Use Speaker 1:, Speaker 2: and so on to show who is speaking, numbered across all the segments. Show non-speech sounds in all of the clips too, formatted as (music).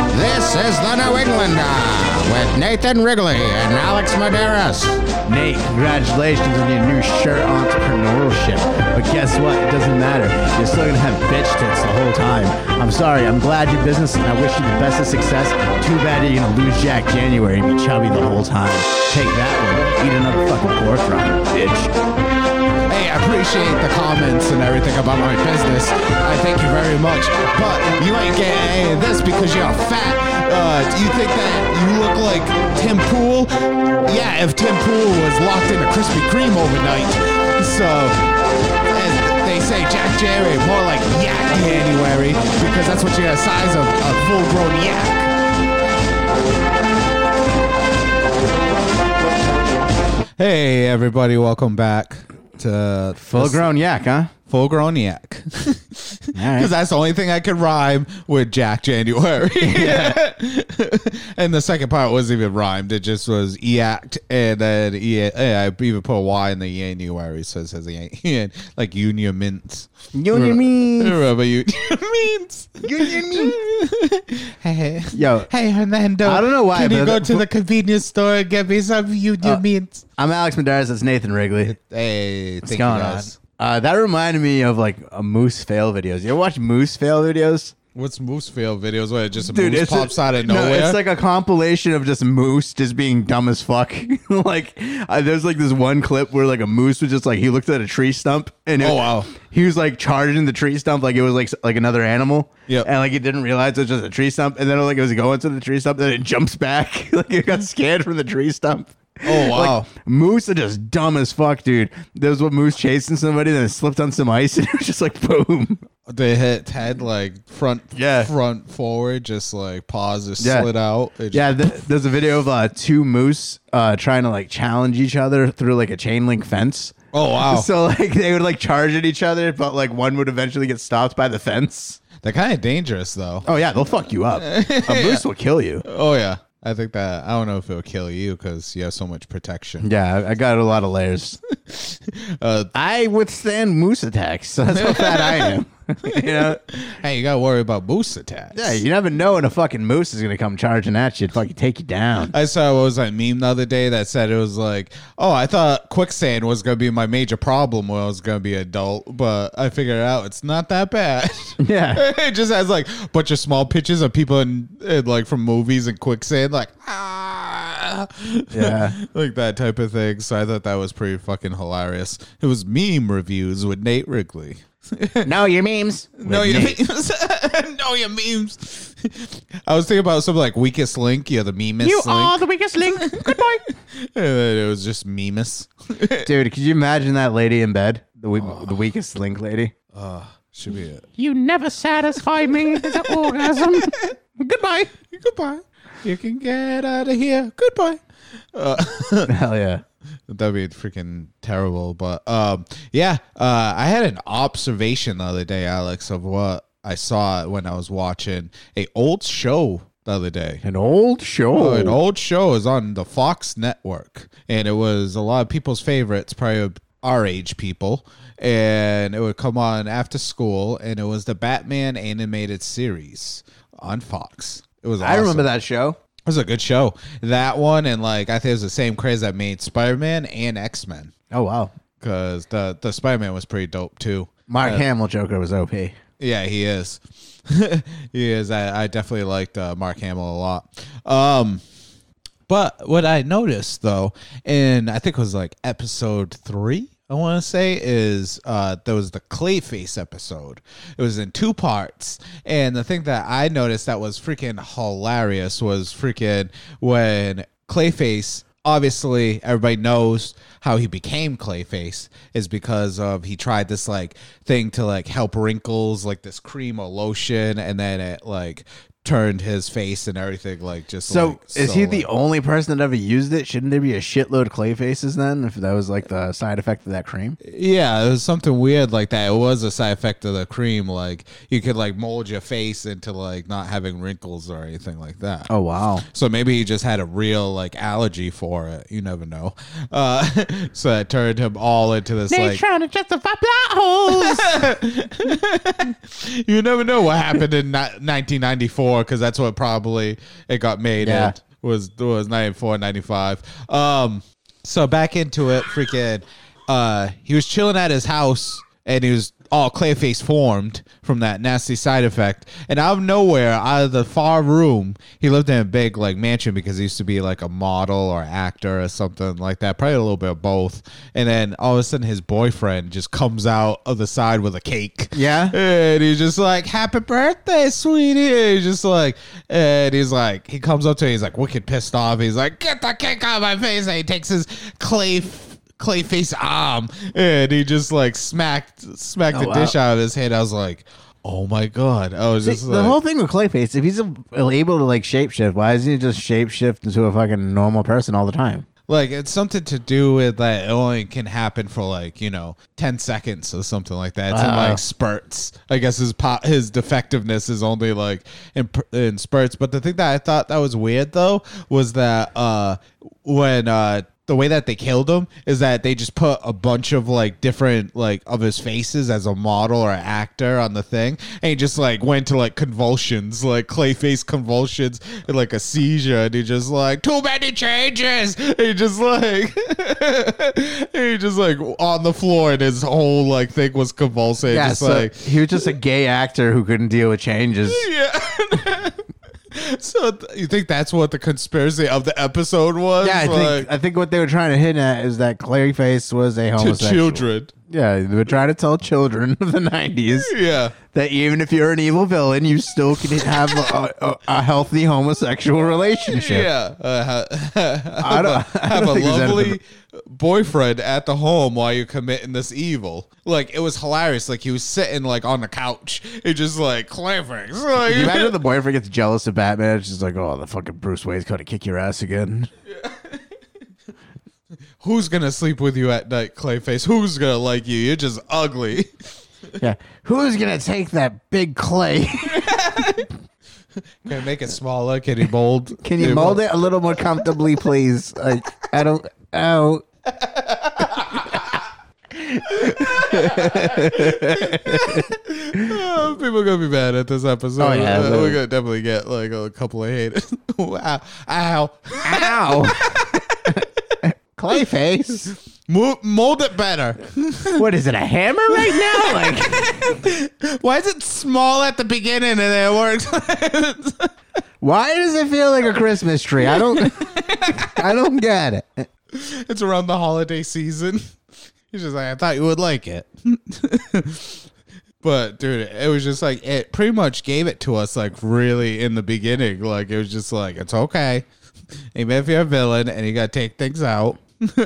Speaker 1: is the New Englander with Nathan Wrigley and Alex Medeiros.
Speaker 2: Nate, congratulations on your new shirt entrepreneurship. But guess what? It doesn't matter. You're still gonna have bitch tits the whole time. I'm sorry. I'm glad your business, and I wish you the best of success. Too bad you're gonna lose Jack January and be chubby the whole time. Take that one. Eat another fucking pork rind, bitch.
Speaker 3: Hey, I appreciate the comments and everything about my business. I thank you very much. But you ain't getting any of this because you're fat. Uh, do you think that you look like Tim Pool? Yeah, if Tim Pool was locked in a Krispy Kreme overnight. So, and they say Jack Jerry, more like Yak January, because that's what you're the size of a full grown yak.
Speaker 4: Hey, everybody, welcome back to
Speaker 2: Full grown yak, huh?
Speaker 4: Full Grown Yak.
Speaker 2: right.
Speaker 4: Because that's the only thing I could rhyme with Jack (laughs) January. and the second part wasn't even rhymed. It just was Eact and then E. I even put a Y in the January, so it says E, Yan, like Union Mints.
Speaker 2: Union Mints.
Speaker 4: Remember Union (laughs) Mints. Union Mints. (laughs) hey,
Speaker 2: Yo.
Speaker 4: Hey, Hernando.
Speaker 2: I don't know why,
Speaker 4: Can you
Speaker 2: but- Uh,
Speaker 4: go to the convenience store and get me some Union Mints?
Speaker 2: I'm Alex Medeiros. That's Nathan Wrigley.
Speaker 4: Hey,
Speaker 2: What's
Speaker 4: thank you
Speaker 2: going on?
Speaker 4: guys.
Speaker 2: Uh, that reminded me of like a moose fail videos. You ever watch moose fail videos?
Speaker 4: What's moose fail videos where it just moose
Speaker 2: a-
Speaker 4: pops out of
Speaker 2: no,
Speaker 4: nowhere?
Speaker 2: it's like a compilation of just moose just being dumb as fuck. (laughs) like uh, there's like this one clip where like a moose was just like he looked at a tree stump and it-
Speaker 4: Oh, wow.
Speaker 2: he was like charging the tree stump like it was like s- like another animal.
Speaker 4: Yep.
Speaker 2: and like he didn't realize it was just a tree stump, and then like it was going to the tree stump, and then it jumps back (laughs) like it got scared from the tree stump.
Speaker 4: Oh,
Speaker 2: Like,
Speaker 4: wow.
Speaker 2: moose are just dumb as fuck, dude. There's what moose chasing somebody, then it slipped on some ice, (laughs) and it was just like boom.
Speaker 4: they hit head like front
Speaker 2: Yeah.
Speaker 4: front forward just like paws just
Speaker 2: Yeah.
Speaker 4: slid out It just-
Speaker 2: Yeah, th- there's a video of uh, two moose uh, trying to like challenge each other through like a chain link fence.
Speaker 4: oh wow
Speaker 2: (laughs) So like they would like charge at each other, but like one would eventually get stopped by the fence.
Speaker 4: they're kind of dangerous though
Speaker 2: Oh yeah, they'll fuck you up. (laughs) A moose will kill you.
Speaker 4: oh yeah i think that i don't know if it'll kill you because you have so much
Speaker 2: (laughs)
Speaker 4: protection
Speaker 2: Yeah, I- I got a lot of layers.
Speaker 4: Uh,
Speaker 2: I withstand moose attacks. So that's how fat I (laughs) am. you know?
Speaker 4: hey you gotta worry about moose attacks
Speaker 2: Yeah, you never know when a fucking moose is gonna come charging at you and fucking take you (laughs) down.
Speaker 4: I saw what was that meme the other day that said it was like, oh, I thought quicksand was gonna be my major problem when I was gonna be adult, but I figured out it's not that bad.
Speaker 2: (laughs) Yeah.
Speaker 4: (laughs) it just has like a bunch of small pictures of people in, in like from movies and quicksand, like ah,
Speaker 2: Yeah.
Speaker 4: (laughs) like that type of thing. So I thought that was pretty fucking hilarious. It was meme reviews with Nate Wrigley.
Speaker 2: no, your memes.
Speaker 4: Know
Speaker 2: With
Speaker 4: your
Speaker 2: Nate.
Speaker 4: memes. (laughs) know your memes. I was thinking about something like weakest link. You're the memest
Speaker 2: (laughs) You
Speaker 4: link.
Speaker 2: are the weakest link. (laughs) Good boy.
Speaker 4: and then it was just memes.
Speaker 2: Dude, could you imagine that lady in bed? The, we- the weakest link lady.
Speaker 4: Should be it.
Speaker 2: You never satisfy (laughs) me with an orgasm. Goodbye.
Speaker 4: Goodbye. You can get out of here. Goodbye.
Speaker 2: Hell yeah.
Speaker 4: That'd be freaking terrible. But um, yeah, uh, I had an observation the other day, Alex, of what I saw when I was watching a old show the other day.
Speaker 2: An old show.
Speaker 4: Oh, an old show is on the Fox network, and it was a lot of people's favorites, probably our age people. And it would come on after school, and it was the Batman animated series on Fox. It was. Awesome.
Speaker 2: I remember that show.
Speaker 4: It was a good show. That one, and like I think it was the same craze that made Spider Man and X Men,
Speaker 2: Oh, wow.
Speaker 4: because the the Spider Man was pretty dope too.
Speaker 2: Mark Hamill Joker was OP.
Speaker 4: Yeah, he is. (laughs) he is. I, I definitely liked uh, Mark Hamill a lot. Um, but what I noticed though, and I think it was like episode three, I want to say, is uh, there was the Clayface episode. It was in two parts, and the thing that I noticed that was freaking hilarious was freaking when Clayface. Obviously, everybody knows how he became Clayface is because of he tried this like thing to like help wrinkles, like this cream or lotion, and then it like turned his face and everything like just
Speaker 2: So,
Speaker 4: like,
Speaker 2: is he the
Speaker 4: like-
Speaker 2: only person that ever used it? Shouldn't there be a shitload of clay faces then if that was like the side effect of that cream?
Speaker 4: Yeah, it was something weird like that. It was a side effect of the cream. Like you could like mold your face into like not having wrinkles or anything like that.
Speaker 2: Oh, wow.
Speaker 4: So maybe he just had a real like allergy for it. You never know. Uh, (laughs) so it turned him all into this like
Speaker 2: trying to justify plot (laughs) holes.
Speaker 4: (laughs) you never know what happened in ni- 1994 four because that's what probably it got made
Speaker 2: Yeah.
Speaker 4: at was was 94 95 um so back into it freaking uh he was chilling at his house and he was all clayface formed from that nasty side effect and out of nowhere out of the far room he lived in a big like mansion because he used to be like a model or actor or something like that probably a little bit of both and then all of a sudden his boyfriend just comes out of the side with a cake (laughs)
Speaker 2: Yeah.
Speaker 4: and he's just like, "Happy birthday, sweetie!" And he's just like, and he's like, he comes up to, him, he's like, wicked pissed off. He's like, "Get the cake out of my face!" And he takes his clay clay face arm, and he just like smacked smacked
Speaker 2: Oh,
Speaker 4: the
Speaker 2: wow.
Speaker 4: dish out of his head. I was like, "Oh my god!" I was just
Speaker 2: the
Speaker 4: like,
Speaker 2: whole thing with Clayface, if he's able to like shapeshift, why isn't he just shapeshift into a fucking normal person all the time?
Speaker 4: like it's something to do with that it only can happen for like you know 10 seconds or something like that it's in
Speaker 2: Wow.
Speaker 4: like spurts i guess his po- his defectiveness is only like in, pr- in spurts but the thing that i thought that was weird though was that uh when uh the way that they killed him is that they just put a bunch of like different like of his faces as a model or actor on the thing and he just like went to like convulsions like clayface convulsions and like a seizure and he just like too many changes and he just like (laughs) and he just like on the floor and his whole like thing was convulsing
Speaker 2: Yeah,
Speaker 4: just
Speaker 2: so
Speaker 4: like
Speaker 2: he was just a gay actor who couldn't deal with changes.
Speaker 4: (laughs) yeah so th- you think that's what the conspiracy of the episode was
Speaker 2: Yeah, I
Speaker 4: like
Speaker 2: think I think what they were trying to hint at is that Clayface was a
Speaker 4: to
Speaker 2: homosexual.
Speaker 4: children
Speaker 2: Yeah, they were trying to tell children (laughs) of the '90s
Speaker 4: yeah
Speaker 2: that even if you're an evil villain, you still can have a, a, a healthy homosexual relationship.
Speaker 4: Yeah, uh, ha- (laughs)
Speaker 2: (laughs) I don't-
Speaker 4: have a,
Speaker 2: I don't
Speaker 4: have a
Speaker 2: think there's
Speaker 4: lovely
Speaker 2: anything-
Speaker 4: boyfriend at the home while you're committing this evil. Like it was hilarious. Like he was sitting like on the couch. It just like clever. Like,
Speaker 2: Can
Speaker 4: (laughs)
Speaker 2: you imagine if the boyfriend gets jealous of Batman? She's like, "Oh, the fucking Bruce Wayne's gonna kick your ass again."
Speaker 4: who's gonna sleep with you at night, Clayface? Who's gonna like you? You're just ugly. (laughs)
Speaker 2: Yeah, who's gonna take that big clay? (laughs)
Speaker 4: Can I make it smaller? Can you mold?
Speaker 2: Can you mold it a little more comfortably, please? Like, I don't. Oh,
Speaker 4: Oh, people are gonna be mad at this episode.
Speaker 2: Oh, yeah,
Speaker 4: Uh,
Speaker 2: they-
Speaker 4: we're gonna definitely get like a couple of haters. (laughs) wow, ow,
Speaker 2: ow, (laughs) Clayface.
Speaker 4: Mo- mold it better. (laughs)
Speaker 2: What is it? A hammer right now? Like,
Speaker 4: Why is it small at the beginning and then it works? (laughs)
Speaker 2: why does it feel like a Christmas tree? I don't. I don't get it.
Speaker 4: it's around the holiday season. (laughs) He's just like, I thought you would like it. (laughs) but dude, it was just like it pretty much gave it to us like really in the beginning. Like it was just like, it's okay. Even if you're a villain and you gotta take things out. (laughs)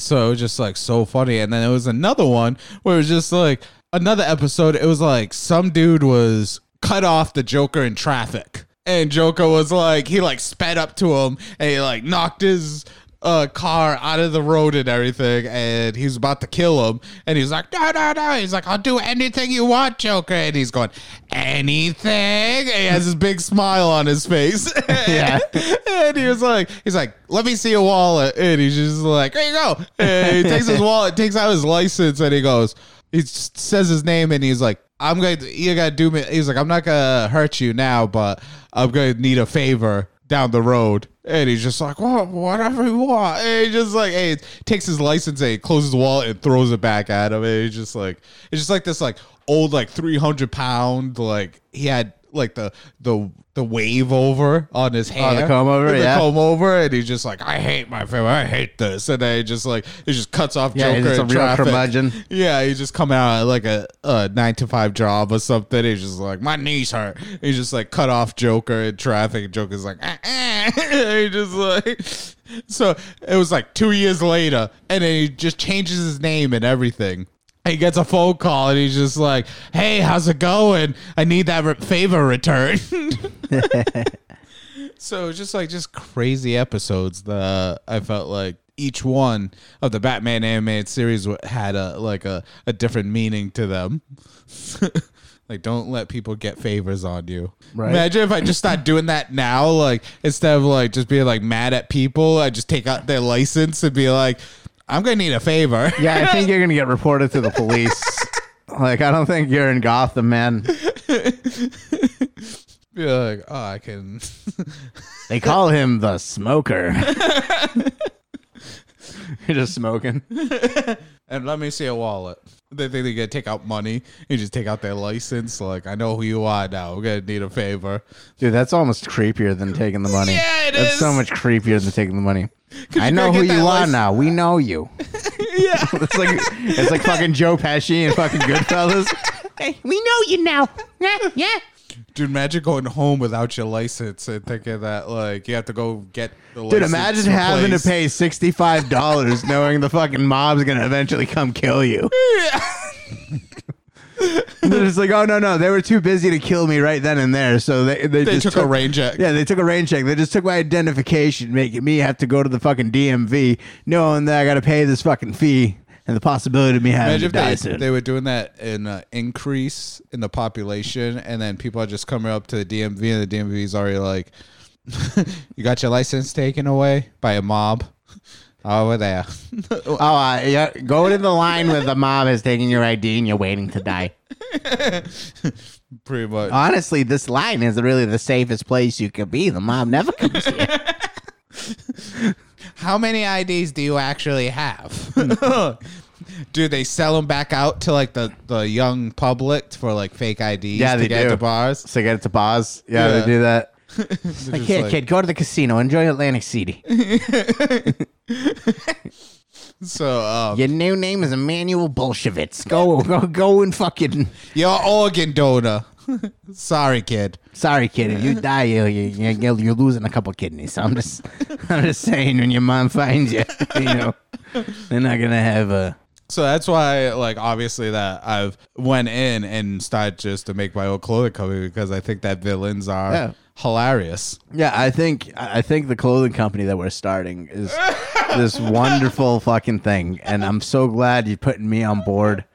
Speaker 4: so it was just like so funny. And then it was another one where it was just like another episode. It was like some dude was cut off the Joker in traffic. And Joker was like, he like sped up to him and he like knocked his uh, car out of the road and everything. And he was about to kill him. And he was like, no, no, no. He's like, I'll do anything you want, Joker. And he's going, anything. And he has this big smile on his face. (laughs)
Speaker 2: Yeah.
Speaker 4: And he was like, he's like, let me see your wallet. And he's just like, here you go. And he takes his wallet, takes out his license, and he goes, he s- says his name, and he's like, I'm going to, you got to do me. He's like, I'm not going to hurt you now, but I'm going to need a favor down the road. And he's just like, well, whatever you want. And he just like, hey, takes his license and he closes the wallet and throws it back at him. And he's just like, it's just like this like old like 300 pound, like he had like the, the, the wave over on his hair.
Speaker 2: the comb over,
Speaker 4: The (laughs)
Speaker 2: yeah.
Speaker 4: comb over, and he's just like, I hate my family. I hate this. And then he just like, it just cuts off
Speaker 2: Yeah, he's
Speaker 4: Joker
Speaker 2: just a
Speaker 4: in
Speaker 2: real
Speaker 4: traffic.
Speaker 2: curmudgeon.
Speaker 4: Yeah, he's just coming out of like a, a nine to five job or something. He's just like, my knees hurt. He's just like cut off Joker in traffic. And Joker's like, ah, ah. (laughs) he just like, so it was like two years later, and then he just changes his name and everything. He gets a phone call and he's just like, "Hey, how's it going? I need that re- favor (laughs) returned." So it's just like just crazy episodes. The I felt like each one of the Batman animated series wa- had a like a, a different meaning to them. (laughs) like don't let people get favors on you.
Speaker 2: Right.
Speaker 4: Imagine if I just start doing that now. Like instead of like just being like mad at people, I just take out their license and be like, I'm gonna need a favor. (laughs)
Speaker 2: Yeah, I think you're gonna get reported to the police. Like, I don't think you're in Gotham, man.
Speaker 4: You're like, oh, I can. (laughs)
Speaker 2: They call him the smoker. (laughs) You're just smoking.
Speaker 4: and let me see a wallet. They think they're gonna take out money. You just take out their license. Like, I know who you are now. We're gonna need a favor.
Speaker 2: Dude, that's almost creepier than taking the money.
Speaker 4: Yeah, it
Speaker 2: that's
Speaker 4: is.
Speaker 2: so much creepier than taking
Speaker 4: (laughs)
Speaker 2: the money. I
Speaker 4: you
Speaker 2: know
Speaker 4: go
Speaker 2: who
Speaker 4: get
Speaker 2: you
Speaker 4: that
Speaker 2: are
Speaker 4: lic-
Speaker 2: now. We know you.
Speaker 4: (laughs) Yeah.
Speaker 2: (laughs) It's like it's like fucking Joe Pesci
Speaker 4: (laughs)
Speaker 2: and fucking Goodfellas.
Speaker 1: We know you now. Yeah, yeah.
Speaker 4: Dude, imagine going home without your license and thinking that like you have to go get the license.
Speaker 2: Dude, imagine having to
Speaker 4: replaced.
Speaker 2: pay sixty five dollars knowing the fucking mob's gonna eventually come kill you. And They're just like, oh no, no, they were too busy to kill me right then and there, so they they,
Speaker 4: They
Speaker 2: just
Speaker 4: took a rain check.
Speaker 2: Yeah, they took a rain check. They just took my identification, making me have to go to the fucking DMV, knowing that I got to pay this fucking fee and the possibility of me having
Speaker 4: Imagine
Speaker 2: to die
Speaker 4: if they,
Speaker 2: soon.
Speaker 4: they were doing that in uh, increase in the population, and then people are just coming up to the DMV, and the DMV is already like, (laughs) "You got your license taken away by a mob (laughs) over there." (laughs)
Speaker 2: oh, uh, yeah, go to the line where the mob has taken your ID and you're waiting to die.
Speaker 4: Pretty much.
Speaker 2: Honestly, this line is really the safest place you could be. The mob never comes here.
Speaker 4: How many IDs do you actually have?
Speaker 2: (laughs)
Speaker 4: (laughs) Dude, they sell them back out to like the, the young public for like fake IDs
Speaker 2: Yeah,
Speaker 4: to
Speaker 2: they
Speaker 4: get
Speaker 2: do.
Speaker 4: to bars.
Speaker 2: So get it to Boz. Yeah,
Speaker 4: Yeah.
Speaker 2: they do that.
Speaker 4: Just
Speaker 2: Here,
Speaker 4: like-
Speaker 2: kid, go to the casino. Enjoy Atlantic City.
Speaker 4: So, um,
Speaker 2: Your new name is Emmanuel Bolshevitz. Go, go, go and fucking.
Speaker 4: your organ donor. (laughs) Sorry, kid.
Speaker 2: Sorry, kid. If you die, you, you, you, you're losing a couple kidneys. I'm just, (laughs) I'm just saying. When your mom finds you, (laughs) you know, they're not gonna have a.
Speaker 4: So that's why, like, obviously, that I've went in and started just to make my own clothing company because I think that villains are
Speaker 2: Yeah.
Speaker 4: hilarious.
Speaker 2: Yeah, I think I think the clothing company that we're starting is
Speaker 4: (laughs)
Speaker 2: this wonderful fucking thing, and I'm so glad you're putting me on board.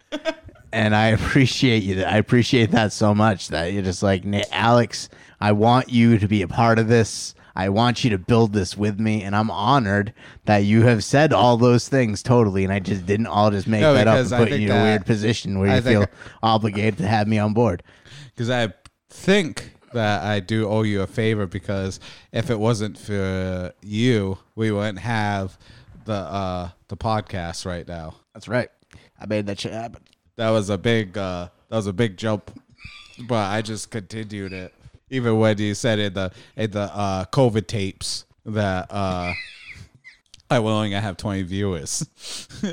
Speaker 2: And I appreciate you. I appreciate that so much that you're just like, "Nah, Alex, I want you to be a part of this. I want you to build this with me, and I'm honored that you have said all those things totally. And I just didn't all just make
Speaker 4: No,
Speaker 2: that up
Speaker 4: because
Speaker 2: and
Speaker 4: I
Speaker 2: put
Speaker 4: think
Speaker 2: you in a
Speaker 4: that-
Speaker 2: weird position where you
Speaker 4: I think-
Speaker 2: feel obligated to have me on board.
Speaker 4: Because I think that I do owe you a favor because if it wasn't for you, we wouldn't have the uh, the podcast right now.
Speaker 2: That's right. I made that shit happen.
Speaker 4: That was a big uh, that was a big jump, but I just continued it. Even when you said in the in the uh, COVID tapes that uh, I will only have twenty viewers, (laughs)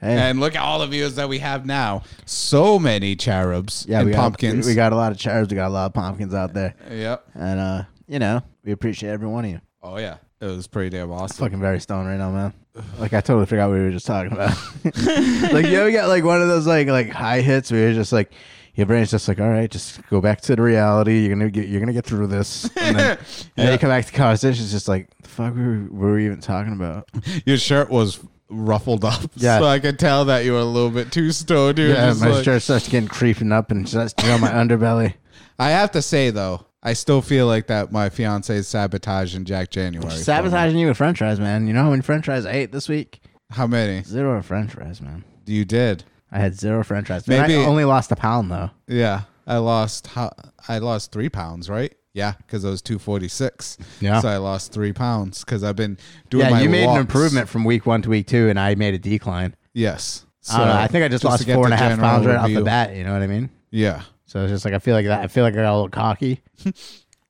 Speaker 4: and look at all the views that we have now. So many cherubs
Speaker 2: Yeah,
Speaker 4: and
Speaker 2: we got,
Speaker 4: pumpkins.
Speaker 2: We got a lot of cherubs. We got a lot of pumpkins out there,
Speaker 4: yep.
Speaker 2: and uh, you know, we appreciate every one of you.
Speaker 4: Oh yeah, it was pretty damn awesome.
Speaker 2: Fucking very stoned right now, man. Like I totally forgot what we were just talking about. (laughs) like you ever got like one of those like like high hits where you're just like your brain's just like, all right, just go back to the reality. You're gonna get you're gonna get through this. And (laughs) then, and then you come back to conversation. It's just like the fuck were we, were we even talking about?
Speaker 4: Your shirt was ruffled up,
Speaker 2: Yeah.
Speaker 4: so I could tell that you were a little bit too stoned. You were
Speaker 2: (laughs) Yeah,
Speaker 4: just
Speaker 2: my
Speaker 4: like-
Speaker 2: shirt starts getting creeping up and starts to on my underbelly.
Speaker 4: I have to say though, I still feel like that my fiance is sabotaging Jack January. for me.
Speaker 2: (laughs) Sabotaging you with French fries, man. You know how many French fries I ate this week?
Speaker 4: How many
Speaker 2: Zero French fries, man.
Speaker 4: you did?
Speaker 2: I had zero French fries. Maybe
Speaker 4: Maybe-
Speaker 2: I only lost a pound though.
Speaker 4: Yeah, I lost. How I lost three pounds, right? Yeah, because I was two forty six.
Speaker 2: Yeah.
Speaker 4: so I lost three pounds because I've been doing.
Speaker 2: Yeah,
Speaker 4: my
Speaker 2: you made an
Speaker 4: walks.
Speaker 2: improvement from week one to week two, and I made a decline.
Speaker 4: Yes, so
Speaker 2: I don't know. I think I just,
Speaker 4: to
Speaker 2: lost
Speaker 4: get
Speaker 2: four and
Speaker 4: the
Speaker 2: a half
Speaker 4: general
Speaker 2: pounds right off the
Speaker 4: review.
Speaker 2: bat. You know what I mean?
Speaker 4: Yeah,
Speaker 2: So it's just like I feel like that. I feel like I got a little
Speaker 4: (laughs)
Speaker 2: cocky, and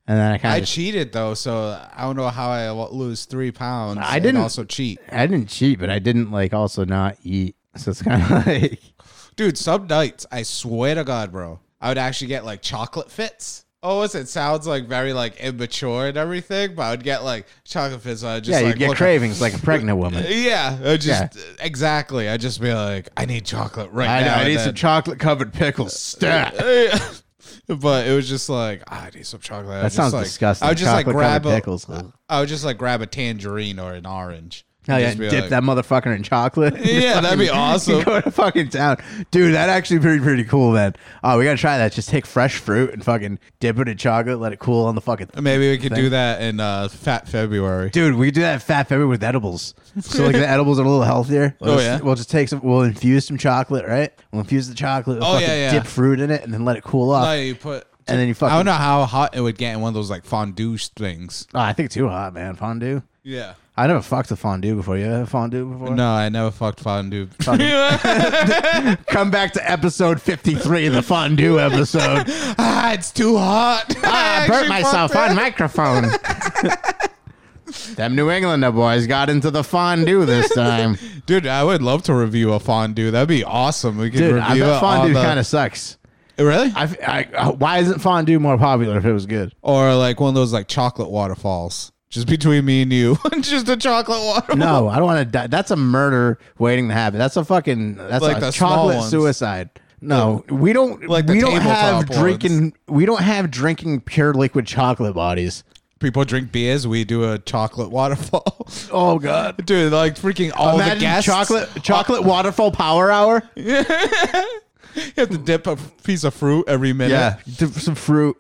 Speaker 2: then I kind
Speaker 4: I
Speaker 2: of
Speaker 4: cheated though, so I don't know how I lo- lose three pounds.
Speaker 2: I
Speaker 4: and
Speaker 2: didn't-
Speaker 4: also cheat,
Speaker 2: I didn't cheat, but I didn't like also not eat. So it's kind of (laughs) like
Speaker 4: dude. Some nights, I swear to God, bro, I would actually get like chocolate fits. Oh, it's- it sounds like very like immature and everything, but I would get like chocolate fits. So I just
Speaker 2: yeah, you
Speaker 4: like,
Speaker 2: get
Speaker 4: look-
Speaker 2: cravings like a pregnant woman.
Speaker 4: (laughs) Yeah, I just exactly. I just be like, I need chocolate right
Speaker 2: I,
Speaker 4: now.
Speaker 2: I
Speaker 4: and
Speaker 2: need
Speaker 4: then-
Speaker 2: some chocolate covered pickles. Stat.
Speaker 4: (laughs) but it was just like "Ah, I need some chocolate. I
Speaker 2: That
Speaker 4: just
Speaker 2: sounds
Speaker 4: like,
Speaker 2: disgusting.
Speaker 4: I would just like
Speaker 2: Chocolate-covered
Speaker 4: grab a,
Speaker 2: pickles. Ugh.
Speaker 4: I would just like grab a tangerine or an orange.
Speaker 2: Oh
Speaker 4: and
Speaker 2: yeah,
Speaker 4: just be
Speaker 2: dip
Speaker 4: like-
Speaker 2: that motherfucker in chocolate.
Speaker 4: (laughs) Yeah, that'd be
Speaker 2: Fucking- (laughs)
Speaker 4: awesome.
Speaker 2: Go to fucking town, dude. That actually pretty pretty cool, man. Oh, we gotta try that. Just take fresh fruit and fucking dip it in chocolate, let it cool on the fucking.
Speaker 4: Maybe we could do that in uh, Fat February.
Speaker 2: Dude, we could do that at Fat February with edibles. So
Speaker 4: (laughs)
Speaker 2: like the edibles are a little healthier. We'll
Speaker 4: Oh,
Speaker 2: just,
Speaker 4: yeah?
Speaker 2: We'll just take some. We'll infuse some chocolate, right? We'll infuse the chocolate. We'll
Speaker 4: Oh,
Speaker 2: fucking
Speaker 4: yeah, yeah.
Speaker 2: Dip fruit in it and then let it cool off.
Speaker 4: No, you put
Speaker 2: And then
Speaker 4: I
Speaker 2: you fucking.
Speaker 4: don't know how hot it would get in one of those like fondue things.
Speaker 2: Oh, I think too hot, man. Fondue.
Speaker 4: Yeah.
Speaker 2: I never fucked a fondue before. You ever had fondue before?
Speaker 4: No, I never fucked
Speaker 2: (laughs)
Speaker 4: fondue.
Speaker 2: Come back to episode 53, the
Speaker 4: (laughs)
Speaker 2: fondue episode.
Speaker 4: (laughs) ah, it's too hot. (laughs)
Speaker 2: Ah, I burnt myself on microphone. (laughs) Them New Englander boys got into the fondue this time.
Speaker 4: Dude, I would love to review a fondue. That'd be awesome. We could
Speaker 2: (laughs) Dude, I
Speaker 4: review
Speaker 2: bet
Speaker 4: it on
Speaker 2: fondue
Speaker 4: the- Oh,
Speaker 2: kind of sucks.
Speaker 4: really,
Speaker 2: I, I- uh, why isn't fondue more popular if it was good?
Speaker 4: or like one of those like chocolate waterfalls. Just between me and you, (laughs) just a chocolate waterfall.
Speaker 2: (laughs) No, I don't want to die. That's a murder waiting to happen. That's a fucking that's
Speaker 4: Like
Speaker 2: a
Speaker 4: the small
Speaker 2: chocolate
Speaker 4: ones.
Speaker 2: suicide. No, we don't
Speaker 4: Like the
Speaker 2: we don't have
Speaker 4: tabletop
Speaker 2: drinking we don't have drinking pure liquid chocolate bodies.
Speaker 4: People drink beers. We do a chocolate waterfall. (laughs)
Speaker 2: Oh god.
Speaker 4: Dude, like freaking all Oh, the
Speaker 2: Imagine
Speaker 4: guests.
Speaker 2: chocolate chocolate waterfall power hour.
Speaker 4: You have to dip a piece of fruit every minute.
Speaker 2: Yeah, d- some fruit.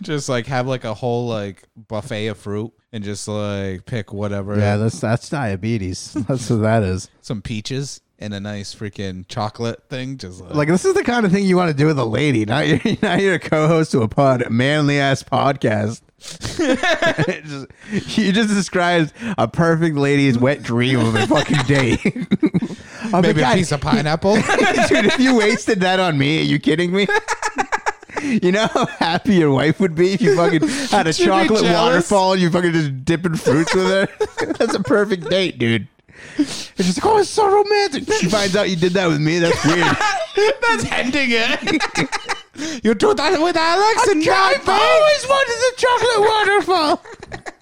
Speaker 4: Just like have like a whole like buffet of fruit and just like pick whatever.
Speaker 2: Yeah, that's that's diabetes. (laughs) That's what that is.
Speaker 4: Some peaches and a nice freaking chocolate thing. Just like,
Speaker 2: Like this is the kind of thing you want to do with a lady. Now (laughs) you're now you're a co-host to a pod, manly ass podcast. (laughs) It just- you just described a perfect lady's wet dream of a fucking date. (laughs) I'm
Speaker 4: maybe a
Speaker 2: like, (laughs)
Speaker 4: piece of pineapple.
Speaker 2: dude, if you wasted that on me, are you kidding me? (laughs) You know how happy your wife would be if you fucking had a
Speaker 4: She'd be
Speaker 2: chocolate
Speaker 4: jealous.
Speaker 2: waterfall and you fucking just dipping fruits with her. (laughs) That's a perfect date, dude. And she's like, oh, it's so romantic. She finds out you did that with me. That's (laughs) weird.
Speaker 4: That's ending it. you do that with Alex and
Speaker 2: I've always wanted a chocolate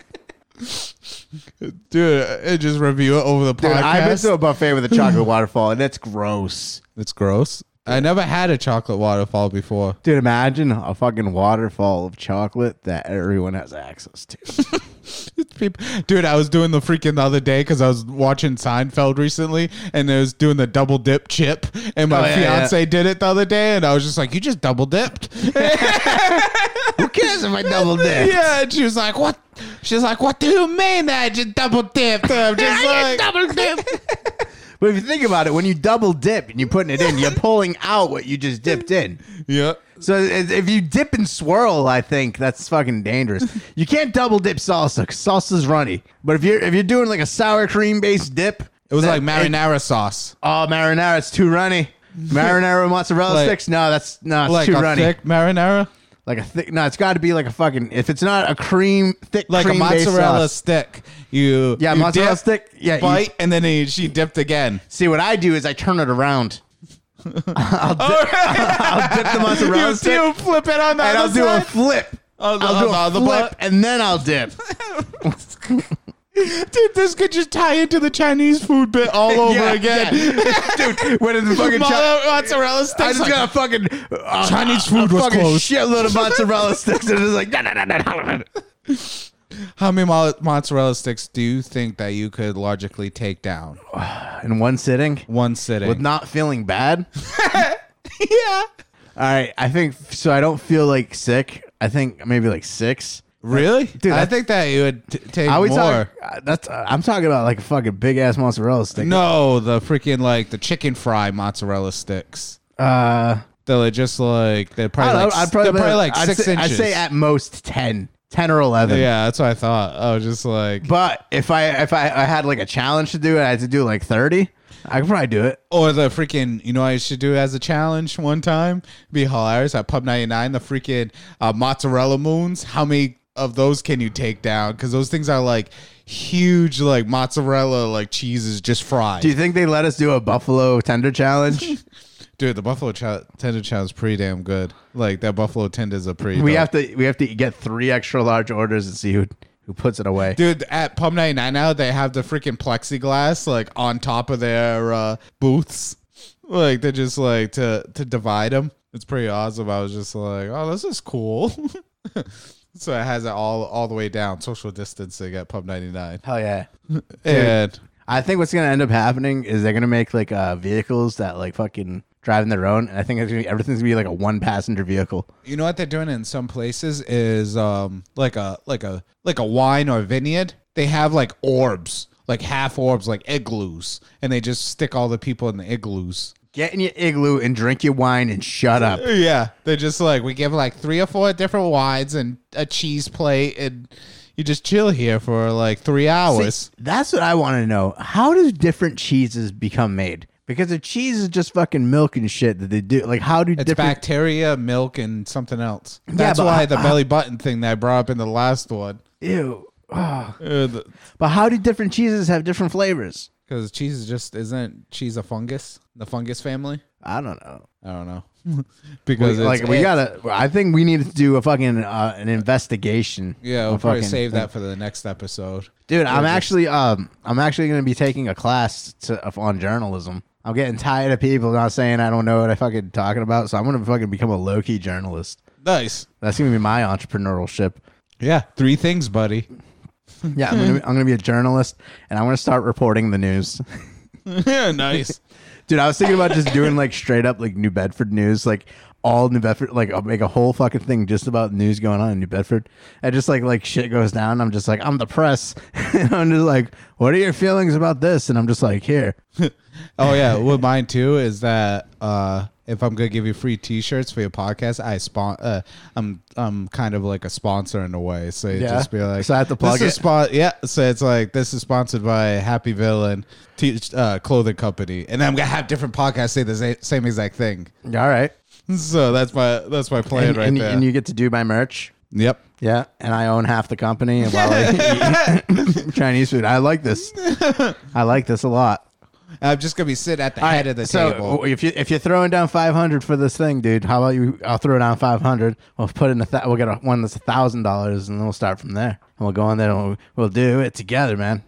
Speaker 2: waterfall.
Speaker 4: Dude, and just review it over the
Speaker 2: (laughs) Dude, I've been
Speaker 4: podcast.
Speaker 2: to a buffet with a chocolate waterfall, and that's gross.
Speaker 4: it's gross. I never had a chocolate waterfall before. (laughs)
Speaker 2: Dude, imagine a fucking waterfall of chocolate that everyone has access to.
Speaker 4: Peop- Dude, I was doing the freaking the other day because I was watching Seinfeld recently, and I was doing the double dip chip, and my
Speaker 2: Oh, yeah,
Speaker 4: fiance did it the other day, and I was just like, "You just double dipped."
Speaker 2: Who cares (laughs) if I double dip?
Speaker 4: yeah, and she was like, "What?" She's like, "What do you mean that I just double dipped?" I'm
Speaker 2: (laughs)
Speaker 4: just like, double dip.
Speaker 2: But if you think about it, when you double dip and you're putting it in, you're pulling out what you just dipped in.
Speaker 4: yeah.
Speaker 2: So if if you dip and swirl, I think that's fucking dangerous. You can't double dip salsa because salsa's runny. But if you're if you're doing like a sour cream based dip,
Speaker 4: It was like
Speaker 2: marinara.
Speaker 4: marinara sauce,
Speaker 2: Oh, marinara, it's too runny. Marinara with mozzarella
Speaker 4: Like-
Speaker 2: sticks? No, that's no, it's
Speaker 4: like
Speaker 2: too
Speaker 4: a
Speaker 2: runny.
Speaker 4: thick marinara,
Speaker 2: like a thick. No, it's got to be like a fucking. If it's not a cream thick,
Speaker 4: like a
Speaker 2: cream-based
Speaker 4: mozzarella
Speaker 2: sauce.
Speaker 4: stick. You
Speaker 2: Yeah,
Speaker 4: you
Speaker 2: mozzarella
Speaker 4: dip,
Speaker 2: stick. Yeah, you-
Speaker 4: bite, and then he, she dipped
Speaker 2: (laughs)
Speaker 4: again.
Speaker 2: See, what I do is I turn
Speaker 4: (laughs)
Speaker 2: it around.
Speaker 4: All right.
Speaker 2: I'll dip the
Speaker 4: (laughs)
Speaker 2: mozzarella
Speaker 4: you,
Speaker 2: stick
Speaker 4: you flip it on the other
Speaker 2: and I'll do a
Speaker 4: side.
Speaker 2: flip.
Speaker 4: On the-
Speaker 2: I'll do
Speaker 4: on
Speaker 2: a
Speaker 4: the
Speaker 2: flip
Speaker 4: butt.
Speaker 2: and then I'll (laughs) dip.
Speaker 4: Dude, this could just tie into the Chinese food
Speaker 2: (laughs)
Speaker 4: bit all over
Speaker 2: Yeah,
Speaker 4: again.
Speaker 2: (laughs) yeah. dude. When it's fucking.
Speaker 4: Mo-
Speaker 2: Chi-
Speaker 4: mozzarella sticks.
Speaker 2: I just
Speaker 4: like-
Speaker 2: got a fucking uh,
Speaker 4: Chinese
Speaker 2: a
Speaker 4: food was
Speaker 2: fucking
Speaker 4: closed.
Speaker 2: Shitload (laughs) of mozzarella sticks and it's like. "Nah, nah, nah, nah, nah, nah, nah."
Speaker 4: How many mo- mozzarella sticks do you think that you could logically take down
Speaker 2: (laughs) In one sitting,
Speaker 4: one sitting?
Speaker 2: with not feeling bad.
Speaker 4: (laughs) yeah.
Speaker 2: All right, I think so. I don't feel like sick. I think maybe like six.
Speaker 4: Really? Dude, I
Speaker 2: that's-
Speaker 4: think that you would t- take
Speaker 2: I
Speaker 4: more.
Speaker 2: would talk. uh, That's uh, I'm talking about like a fucking big ass mozzarella stick.
Speaker 4: no, the freaking like the chicken fry mozzarella sticks.
Speaker 2: uh,
Speaker 4: They're just like they're
Speaker 2: I
Speaker 4: probably
Speaker 2: don't know,
Speaker 4: like,
Speaker 2: I'd probably,
Speaker 4: they're probably like
Speaker 2: I'd
Speaker 4: 6
Speaker 2: say,
Speaker 4: inches.
Speaker 2: I'd say at most 10, 10 or eleven.
Speaker 4: yeah, that's what I thought. I was just like,
Speaker 2: But if I if I, I had like a challenge to do, and I had to do like thirty. I could probably do it.
Speaker 4: Or the freaking, you know, what I should do as a challenge one time. Be hilarious at Pub 99, the freaking uh, mozzarella moons. How many of those can you take down? Because those things are like huge, like mozzarella, like cheeses just fried.
Speaker 2: Do you think they let us do a buffalo tender challenge?
Speaker 4: Dude, the buffalo chow- tender chow's pretty damn good. Like that buffalo tenders are pretty.
Speaker 2: we
Speaker 4: dope.
Speaker 2: have to we have to get three extra large orders and see who who puts it away.
Speaker 4: Dude, at Pub 99 now, they have the freaking plexiglass like on top of their uh, booths. Like they're just like to to divide them. It's pretty awesome. I was just like, oh, this is cool. (laughs) so it has it all all the way down. Social distancing at Pub 99.
Speaker 2: Hell yeah.
Speaker 4: And
Speaker 2: I think what's gonna end up happening is they're gonna make like uh, vehicles that like fucking drive on their own, and I think it's gonna be, everything's gonna be like a one passenger vehicle.
Speaker 4: you know what they're doing in some places is um like a like a like a wine or vineyard. They have like orbs, like half orbs, like igloos, and they just stick all the people in the igloos.
Speaker 2: Get in your igloo and drink your wine and shut up.
Speaker 4: Yeah, they're just like we give like three or four different wines and a cheese plate, and you just chill here for like three hours.
Speaker 2: See, that's what I want to know. How does different cheeses become made? Because if cheese is just fucking milk and shit that they do, like how do
Speaker 4: it's
Speaker 2: different?
Speaker 4: bacteria, milk, and something else. That's
Speaker 2: but
Speaker 4: why
Speaker 2: I-
Speaker 4: the
Speaker 2: I-
Speaker 4: belly button thing that I brought up in the last one.
Speaker 2: Ew. Ugh.
Speaker 4: Because
Speaker 2: But how do different cheeses have different flavors?
Speaker 4: cheese is just isn't cheese a fungus? The fungus family?
Speaker 2: I don't know.
Speaker 4: I don't
Speaker 2: (laughs)
Speaker 4: know. because
Speaker 2: like
Speaker 4: it's
Speaker 2: we
Speaker 4: it.
Speaker 2: gotta. I think we need to do a fucking uh, an investigation.
Speaker 4: Yeah,
Speaker 2: A
Speaker 4: we'll probably
Speaker 2: fucking
Speaker 4: save
Speaker 2: thing.
Speaker 4: that for the next episode.
Speaker 2: dude. I'm actually um I'm actually gonna be taking a class to, on journalism. I'm getting tired of people not saying I don't know what I fucking talking about, so I'm gonna fucking become a low key journalist.
Speaker 4: Nice.
Speaker 2: That's gonna be my entrepreneurship.
Speaker 4: Yeah, three things, buddy.
Speaker 2: Yeah, I'm gonna, be, I'm gonna be a journalist, and I'm gonna start reporting the news.
Speaker 4: (laughs)
Speaker 2: (laughs)
Speaker 4: yeah, nice.
Speaker 2: Dude, I was thinking about just doing like straight up like New Bedford news, like all New Bedford, like I'll make a whole fucking thing just about news going on in New Bedford. And just like like shit goes down, I'm just like I'm the press, (laughs) and I'm just like, what are your feelings about this? And I'm just like, here,
Speaker 4: (laughs) Oh yeah, well mine too is that uh if I'm gonna give you free T-shirts for your podcast, I spon- uh, I'm I'm kind of like a sponsor in a way. So you
Speaker 2: Yeah.
Speaker 4: just be like,
Speaker 2: So I have to plug
Speaker 4: this is
Speaker 2: it.
Speaker 4: spon- yeah. So it's like this is sponsored by Happy Villain t- uh, Clothing Company, and I'm gonna have different podcasts say the sa- same exact thing. (laughs)
Speaker 2: all right,
Speaker 4: So that's my that's my plan
Speaker 2: and,
Speaker 4: right
Speaker 2: and,
Speaker 4: there.
Speaker 2: and you get to do my merch.
Speaker 4: yep.
Speaker 2: Yeah, and I own half the company, and while
Speaker 4: (laughs)
Speaker 2: I eat (laughs) Chinese food, I like this. I like this a lot.
Speaker 4: I'm just gonna be sitting at the
Speaker 2: All
Speaker 4: head
Speaker 2: right,
Speaker 4: of the
Speaker 2: so
Speaker 4: table.
Speaker 2: w- if you if you're throwing down 500 for this thing, dude, how about you? I'll throw down 500. We'll put in a th- we'll get a, one that's a thousand dollars, and then we'll start from there. And we'll go on there. and We'll, we'll do it together, man.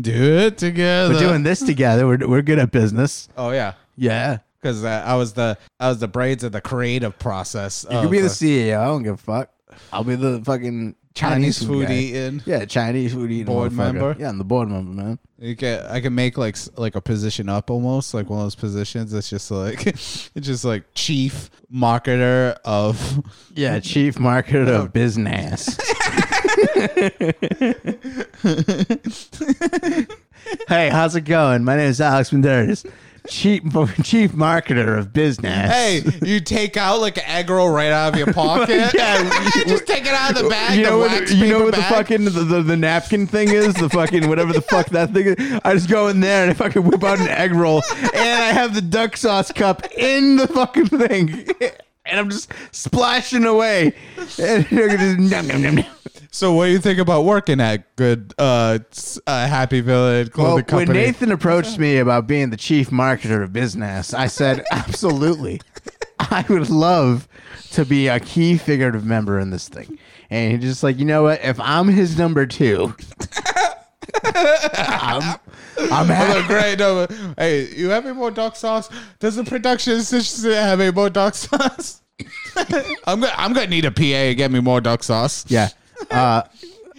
Speaker 4: Do it together.
Speaker 2: We're doing this together. We're we're good at business.
Speaker 4: oh yeah.
Speaker 2: Yeah,
Speaker 4: Because uh, I was the I was the brains of the creative process.
Speaker 2: you
Speaker 4: of,
Speaker 2: can be
Speaker 4: uh,
Speaker 2: the CEO. I don't give a fuck. I'll be the fucking Chinese,
Speaker 4: Chinese food
Speaker 2: guy.
Speaker 4: eating.
Speaker 2: Yeah, Chinese food eating
Speaker 4: Board
Speaker 2: motherfucker.
Speaker 4: member.
Speaker 2: Yeah, I'm the board member, man.
Speaker 4: You can I can make like s- like a position up almost like one of those positions that's just like (laughs) it's just like chief marketer of (laughs)
Speaker 2: Yeah, chief marketer
Speaker 4: Oh.
Speaker 2: of business. hey, how's it going? My name is Alex Menderes, chief (laughs) chief marketer of business.
Speaker 4: hey you take out like an egg roll right out of
Speaker 2: (laughs)
Speaker 4: your pocket (laughs)
Speaker 2: Yeah,
Speaker 4: just take it out of the bag
Speaker 2: you know
Speaker 4: the
Speaker 2: what?
Speaker 4: wax
Speaker 2: You know
Speaker 4: paper
Speaker 2: what the
Speaker 4: bag.
Speaker 2: fucking the, the, the napkin thing is? The fucking whatever the fuck that thing is. I just go in there and I fucking whip out an egg roll, and I have the duck sauce cup in the fucking thing, (laughs) and I'm just splashing away. And (laughs) you're just, nom, nom, nom, nom.
Speaker 4: so what do you think about working at good uh, s- uh happy village clothing
Speaker 2: Well, when
Speaker 4: company
Speaker 2: Nathan approached me about being the chief marketer of business, I
Speaker 4: (laughs)
Speaker 2: said, absolutely. I would love to be a key figurative member in this thing. And he's just like, you know what? If I'm his
Speaker 4: (laughs)
Speaker 2: number two, I'm,
Speaker 4: (laughs)
Speaker 2: I'm
Speaker 4: Another
Speaker 2: happy.
Speaker 4: great number. Hey, you have any more duck sauce? Does the production assistant have any more duck sauce? (laughs) I'm gonna I'm gonna need a PA to get me more duck sauce.
Speaker 2: Yeah.
Speaker 4: (laughs)
Speaker 2: Uh, uh,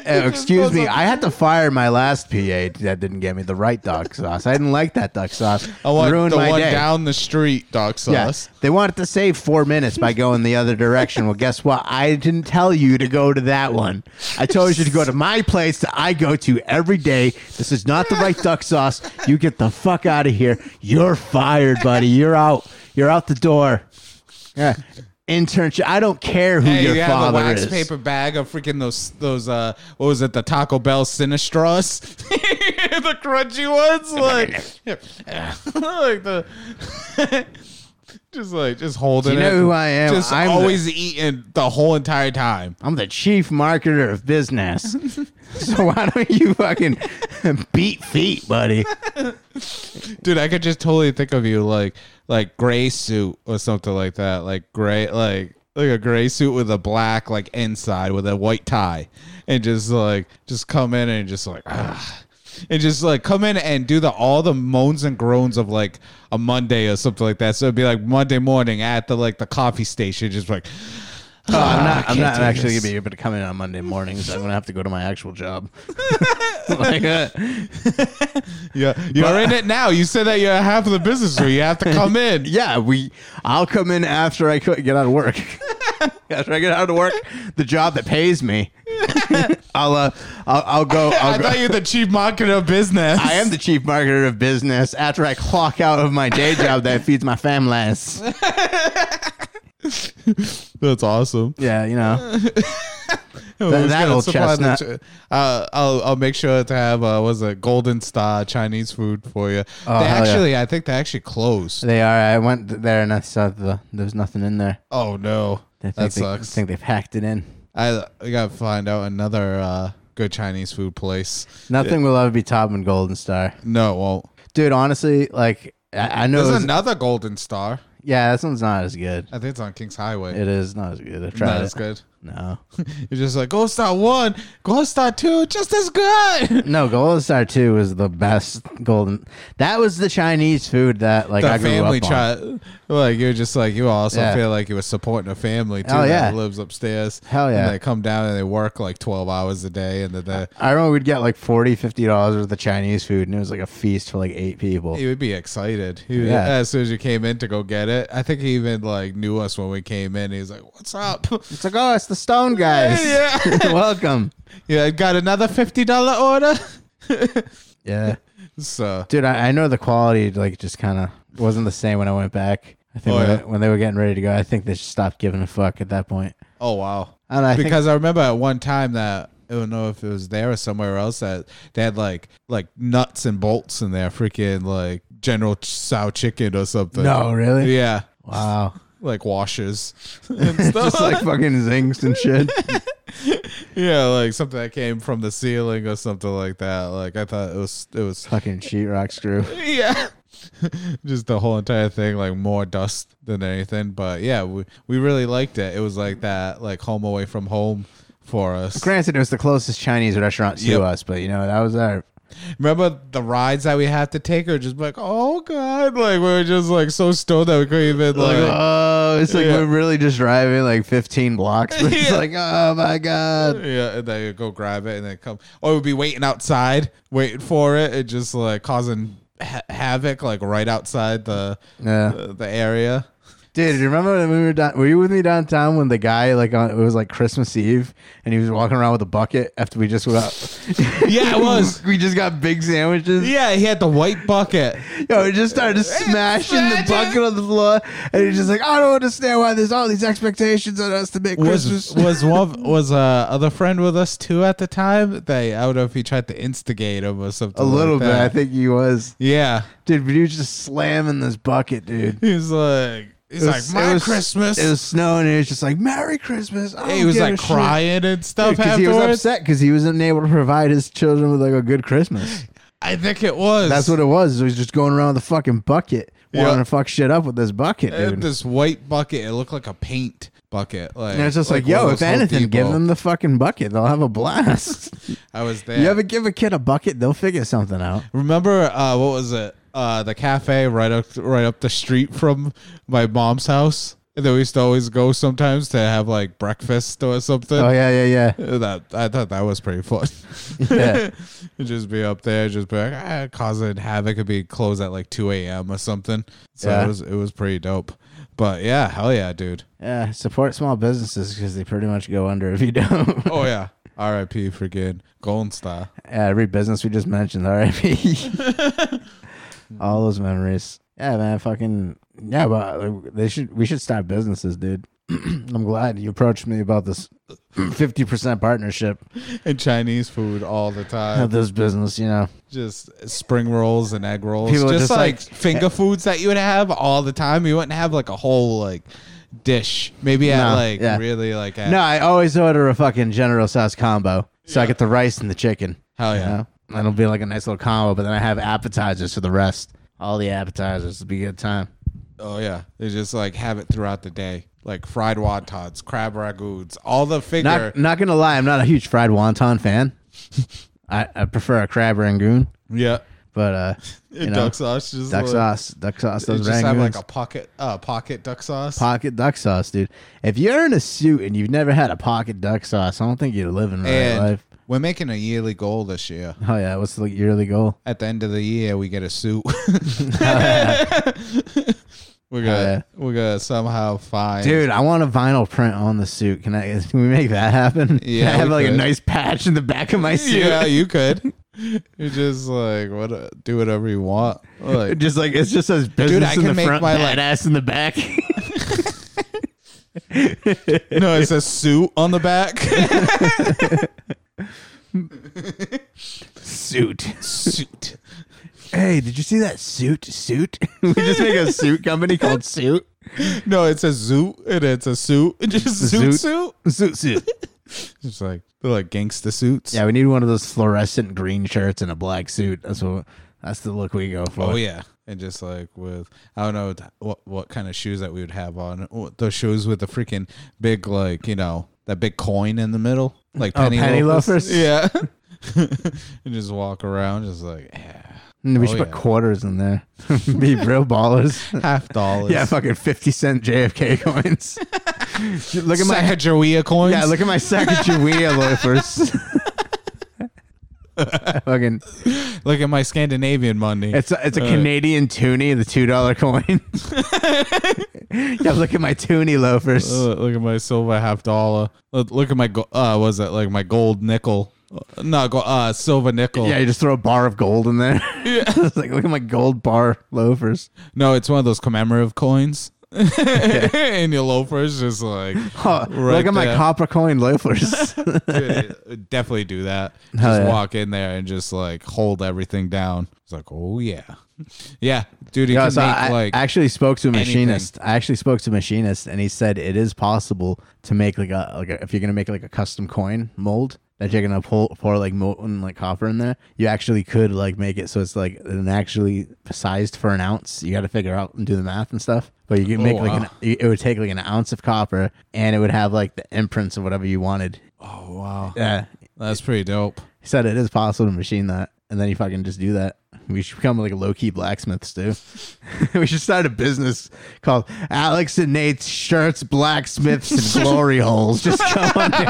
Speaker 2: excuse
Speaker 4: goes
Speaker 2: me.
Speaker 4: up-
Speaker 2: I had to fire my last PA that didn't get me the right duck sauce. I didn't like that duck sauce.
Speaker 4: I want
Speaker 2: Ruined
Speaker 4: the
Speaker 2: my
Speaker 4: one
Speaker 2: day.
Speaker 4: down the street duck
Speaker 2: Yes.
Speaker 4: sauce.
Speaker 2: They wanted to save four minutes by going the other direction. Well, guess what? I didn't tell you to go to that one. I told you to go to my place that I go to every day. This is not the right duck sauce. You get the fuck out of here. You're fired, buddy. You're out. You're out the door. Yeah. Internship. I don't care who
Speaker 4: Hey,
Speaker 2: your
Speaker 4: you have a
Speaker 2: father
Speaker 4: wax
Speaker 2: is.
Speaker 4: paper bag of freaking those those uh what was it the Taco Bell Sinistras, (laughs) the crunchy ones
Speaker 2: (laughs)
Speaker 4: like (laughs) like the (laughs) just like just holding.
Speaker 2: Do you know
Speaker 4: it.
Speaker 2: who I am?
Speaker 4: Just
Speaker 2: I'm the-
Speaker 4: always eating the whole entire time.
Speaker 2: I'm the chief marketer of business. (laughs) so why don't you fucking beat feet, buddy?
Speaker 4: dude i could just totally think of you like like gray suit or something like that like gray like like a gray suit with a black like inside with a white tie and just like just come in and just like ah. and just like come in and do the all the moans and groans of like a monday or something like that so it'd be like monday morning at the like the coffee station just like
Speaker 2: Oh, I'm not. I'm
Speaker 4: can't
Speaker 2: not
Speaker 4: do
Speaker 2: actually
Speaker 4: this.
Speaker 2: gonna be able to come in on Monday mornings. I'm gonna have to go to my actual (laughs) job. like, uh,
Speaker 4: yeah you're in it now you said that you're half of the
Speaker 2: (laughs)
Speaker 4: business so you have to come in
Speaker 2: yeah, we. I'll come in after I co- get out of work. (laughs) podcast where I get out to work the job that pays me. (laughs) I'll, uh, I'll I'll (laughs) go. I'll
Speaker 3: I
Speaker 2: go.
Speaker 3: thought you were the chief marketer of business.
Speaker 2: I am the chief marketer of business after I clock out of my day job that feeds my families.
Speaker 4: (laughs)
Speaker 2: (laughs)
Speaker 4: That's awesome.
Speaker 2: Yeah, you know.
Speaker 4: Who's
Speaker 2: that
Speaker 4: gonna
Speaker 2: old
Speaker 4: supply the
Speaker 2: chestnut.
Speaker 4: ch- uh, I'll I'll make sure to have uh, was a Golden Star Chinese food for you.
Speaker 2: Oh,
Speaker 4: they
Speaker 2: hell yeah.
Speaker 4: actually, I think they actually closed.
Speaker 2: They are. I went there and I saw the, there was nothing in there.
Speaker 4: Oh no,
Speaker 2: I think
Speaker 4: that
Speaker 2: they,
Speaker 4: sucks.
Speaker 2: I think they've hacked it in.
Speaker 4: I, I gotta find out another uh, good Chinese food place.
Speaker 2: Nothing will ever be top in Golden Star.
Speaker 4: No, it won't.
Speaker 2: Dude, honestly, like, I, I know.
Speaker 4: There's
Speaker 2: it's-
Speaker 4: another Golden Star.
Speaker 2: yeah, this one's not as good.
Speaker 4: I think it's on Kings Highway.
Speaker 2: It is not as good. I've tried
Speaker 4: Not
Speaker 2: it.
Speaker 4: as good. (laughs)
Speaker 2: No.
Speaker 4: You're just like Gold Star One, Gold Star Two, just as good. (laughs)
Speaker 2: No, Golden Star 2 was the best Golden. That was the Chinese food that, like,
Speaker 4: The
Speaker 2: I grew
Speaker 4: family
Speaker 2: up on.
Speaker 4: try like you're just like you also
Speaker 2: Yeah.
Speaker 4: feel like you were supporting a family too
Speaker 2: Oh, yeah.
Speaker 4: that lives upstairs.
Speaker 2: Hell yeah.
Speaker 4: And they come down and they work like twelve hours a day and then they,
Speaker 2: I remember we'd get like 40 dollars worth of Chinese food, and it was like a feast for like eight people.
Speaker 4: he would be excited. He would-
Speaker 2: Yeah.
Speaker 4: as soon as you came in to go get it. I think he even like knew us when we came in. He was like, What's up? (laughs)
Speaker 2: It's like, oh, it's the Stone guys.
Speaker 4: yeah.
Speaker 2: (laughs) Welcome.
Speaker 4: yeah, I got another fifty dollar order. (laughs)
Speaker 2: Yeah,
Speaker 4: So
Speaker 2: dude, I, I know the quality like just kind of wasn't the same when I went back. I think
Speaker 4: Oh,
Speaker 2: when,
Speaker 4: yeah.
Speaker 2: they, when they were getting ready to go, I think they just stopped giving a fuck at that point.
Speaker 4: oh wow.
Speaker 2: I don't know. I think-
Speaker 4: because I remember at one time that I don't know if it was there or somewhere else that they had like like nuts and bolts in there, freaking like General Sow chicken or something.
Speaker 2: No, really?
Speaker 4: Yeah,
Speaker 2: wow,
Speaker 4: (laughs) like washes (laughs) and stuff.
Speaker 2: (laughs) just like fucking zinks and shit.
Speaker 4: yeah, like something that came from the ceiling or something like that. Like I thought it was it was
Speaker 2: fucking sheetrock screw.
Speaker 4: (laughs) yeah. Just the whole entire thing, like more dust than anything. But yeah, we, we really liked it. It was like that, like home away from home for us.
Speaker 2: Granted, it was the closest Chinese restaurant to
Speaker 4: Yep.
Speaker 2: us, but you know that was our.
Speaker 4: Remember the rides that we had to take are just like, oh god, like we were just like so stoned that we couldn't even
Speaker 2: Like,
Speaker 4: like.
Speaker 2: oh, it's like
Speaker 4: Yeah.
Speaker 2: we're really just driving like 15 blocks. But
Speaker 4: (laughs)
Speaker 2: it's
Speaker 4: Yeah.
Speaker 2: like, oh my god.
Speaker 4: Yeah, and then you go grab it and then come. Or we'd be waiting outside, waiting for it, and just like causing ha- havoc, like right outside the
Speaker 2: Yeah.
Speaker 4: the, the area.
Speaker 2: Dude, you remember when we were down? Were you with me downtown when the guy like on, it was like Christmas Eve and he was walking around with a bucket after we just went
Speaker 4: (laughs)
Speaker 2: out?
Speaker 4: (laughs) Yeah, it was.
Speaker 2: (laughs) we just got big sandwiches.
Speaker 4: Yeah, he had the white bucket.
Speaker 2: Yo, he just started smashing the
Speaker 4: Smash it.
Speaker 2: bucket on the floor, and he's just like, I don't understand why there's all these expectations on us to make
Speaker 4: was
Speaker 2: Christmas.
Speaker 4: was one was uh other friend with us too at the time. They I don't know if he tried to instigate him or something.
Speaker 2: A little
Speaker 4: like
Speaker 2: bit, I
Speaker 4: that.
Speaker 2: think he was.
Speaker 4: Yeah,
Speaker 2: Dude, but he was just slamming this bucket, dude.
Speaker 4: he's like he's
Speaker 2: It
Speaker 4: like
Speaker 2: was-
Speaker 4: my
Speaker 2: it was-
Speaker 4: Christmas.
Speaker 2: It was snowing, and it was just like, Merry Christmas. I
Speaker 4: he
Speaker 2: don't
Speaker 4: was
Speaker 2: give
Speaker 4: like
Speaker 2: a shit."
Speaker 4: crying and stuff
Speaker 2: Because he
Speaker 4: afterwards.
Speaker 2: was upset because he wasn't able to provide his children with like a good Christmas.
Speaker 4: I think it was.
Speaker 2: That's what it was. It was just going around with a fucking bucket,
Speaker 4: Yeah.
Speaker 2: wanting to fuck shit up with this bucket,
Speaker 4: It had
Speaker 2: dude.
Speaker 4: this white bucket. It looked like a paint bucket. Like
Speaker 2: and it's just like, yo,
Speaker 4: one of
Speaker 2: if
Speaker 4: those Home
Speaker 2: anything, give
Speaker 4: Depot.
Speaker 2: them the fucking bucket. They'll have a blast.
Speaker 4: I was there.
Speaker 2: you ever give a kid a bucket, they'll figure something out.
Speaker 4: Remember uh, what was it? Uh, the cafe right up right up the street from my mom's house. And then we used to always go sometimes to have like breakfast or something. Uh,
Speaker 2: Oh yeah, yeah, yeah.
Speaker 4: That I thought that was pretty fun.
Speaker 2: (laughs) Yeah.
Speaker 4: (laughs) just be up there, just be like ah, causing havoc. It'd be closed at like two a.m. or something. So
Speaker 2: Yeah.
Speaker 4: it was it was pretty dope. But yeah, hell yeah, dude.
Speaker 2: Yeah, support small businesses because they pretty much go under if you don't. (laughs)
Speaker 4: Oh yeah. (laughs) R.I.P. Freaking Golden Star.
Speaker 2: yeah, every business we just mentioned, RIP. All those memories. Yeah, man, fucking yeah, but like, they should we should start businesses, dude. (clears throat) I'm glad you approached me about this (clears throat) 50% partnership.
Speaker 4: and Chinese food all the
Speaker 2: of
Speaker 4: time.
Speaker 2: this business, you know.
Speaker 4: Just spring rolls and egg rolls.
Speaker 2: People are
Speaker 4: just,
Speaker 2: just
Speaker 4: like,
Speaker 2: like-
Speaker 4: finger foods that you would have all the time. You wouldn't have like a whole like dish. Maybe at
Speaker 2: No,
Speaker 4: like
Speaker 2: yeah.
Speaker 4: really like at
Speaker 2: No, I always order a fucking General Sauce combo. So I get the rice and the chicken.
Speaker 4: hell
Speaker 2: You
Speaker 4: yeah.
Speaker 2: know? And it'll be like a nice little combo, but then I have appetizers for the rest. All the appetizers will be a good time.
Speaker 4: Oh yeah. They just like have it throughout the day. Like fried wontons, crab ragouts, all the finger.
Speaker 2: Not not gonna lie, I'm not a huge fried wonton fan. I, I prefer a crab rangoon,
Speaker 4: yeah. (laughs)
Speaker 2: but uh you know,
Speaker 4: duck sauce just
Speaker 2: duck
Speaker 4: like,
Speaker 2: sauce, duck sauce,
Speaker 4: They
Speaker 2: those
Speaker 4: just have like
Speaker 2: rangoons.
Speaker 4: a pocket uh pocket duck sauce.
Speaker 2: pocket duck sauce, dude. If you're in a suit and you've never had a pocket duck sauce, I don't think you're living the right
Speaker 4: and
Speaker 2: life.
Speaker 4: we're making a yearly goal this year.
Speaker 2: Oh yeah, what's the yearly goal?
Speaker 4: (laughs) At the end of the year we get a suit. We're gonna
Speaker 2: yeah.
Speaker 4: we're gonna somehow find (laughs)
Speaker 2: Dude, I want a vinyl print on the suit. Can I? (laughs) Can we make that happen? (laughs)
Speaker 4: Yeah,
Speaker 2: Can I have
Speaker 4: we
Speaker 2: like a
Speaker 4: could.
Speaker 2: nice patch in the back of my suit.
Speaker 4: Yeah, you could. You're just like what uh, do whatever you want. Like
Speaker 2: (laughs) Just like it just says business
Speaker 4: I
Speaker 2: in
Speaker 4: can
Speaker 2: the
Speaker 4: make
Speaker 2: front,
Speaker 4: my, like-
Speaker 2: badass in the back. (laughs)
Speaker 4: no, it's a suit on the back.
Speaker 2: suit.
Speaker 4: suit.
Speaker 2: Hey, did you see that suit? Suit. (laughs) we just
Speaker 4: (laughs)
Speaker 2: make a suit company called Suit.
Speaker 4: No, it's a zoot and it's a suit. (laughs) Just zoot
Speaker 2: Zoot.
Speaker 4: suit.
Speaker 2: Suit suit.
Speaker 4: It's like they're like gangsta suits.
Speaker 2: yeah, we need one of those fluorescent green shirts and a black suit. That's what. That's the look we go for.
Speaker 4: Oh yeah. And just like with I don't know th- what what kind of shoes that we would have on. Oh, Those shoes with the freaking big like, you know, that big coin in the middle. Like
Speaker 2: Oh,
Speaker 4: penny,
Speaker 2: penny
Speaker 4: loafers. (laughs)
Speaker 2: loafers?
Speaker 4: Yeah. and just walk around just like yeah.
Speaker 2: And we should
Speaker 4: Oh,
Speaker 2: put
Speaker 4: yeah.
Speaker 2: quarters in there. (laughs) Be real ballers.
Speaker 4: (laughs) half dollars.
Speaker 2: yeah, fucking fifty cent JFK coins. (laughs) look at my
Speaker 4: Sacagawea coins.
Speaker 2: yeah, look at my Sacagawea loafers. fucking,
Speaker 4: Look at my Scandinavian money.
Speaker 2: it's a,
Speaker 4: Uh.
Speaker 2: it's a Canadian toonie, the two
Speaker 4: (laughs)
Speaker 2: dollar coin. yeah, look at my toonie loafers.
Speaker 4: Uh, look at my silver half dollar. Look, look at my go- uh, was it like my gold nickel? Uh, No, go- uh, silver nickel.
Speaker 2: yeah, you just throw a bar of gold in there. (laughs) it's like look at my gold bar loafers.
Speaker 4: No, it's one of those commemorative coins. (laughs) and your loafers just like
Speaker 2: Huh,
Speaker 4: Right
Speaker 2: look at my
Speaker 4: there.
Speaker 2: copper coin
Speaker 4: (laughs)
Speaker 2: loafers.
Speaker 4: dude, definitely do (laughs) that. Just
Speaker 2: Hell yeah.
Speaker 4: walk in there and just like hold everything down. It's like, oh yeah, (laughs) yeah, dude. You
Speaker 2: Yeah,
Speaker 4: can
Speaker 2: so
Speaker 4: make
Speaker 2: I
Speaker 4: like
Speaker 2: I actually spoke to a
Speaker 4: anything.
Speaker 2: machinist. I actually spoke to a machinist, and he said it is possible to make like a like a, if you're gonna make like a custom coin mold that you're gonna pull, pour like molten like copper in there. You actually could like make it so it's like an actually sized for an ounce. You got to figure out and do the math and stuff. But you can make like
Speaker 4: Oh, wow.
Speaker 2: an it would take like an ounce of copper, and it would have like the imprints of whatever you wanted.
Speaker 4: oh wow,
Speaker 2: Yeah,
Speaker 4: that's pretty (laughs) dope.
Speaker 2: he said it is possible to machine that, and then you fucking just do that. We should become like low key blacksmiths too. (laughs) we should start a business called Alex and Nate's Shirts, Blacksmiths, and Glory Holes. Just come on down.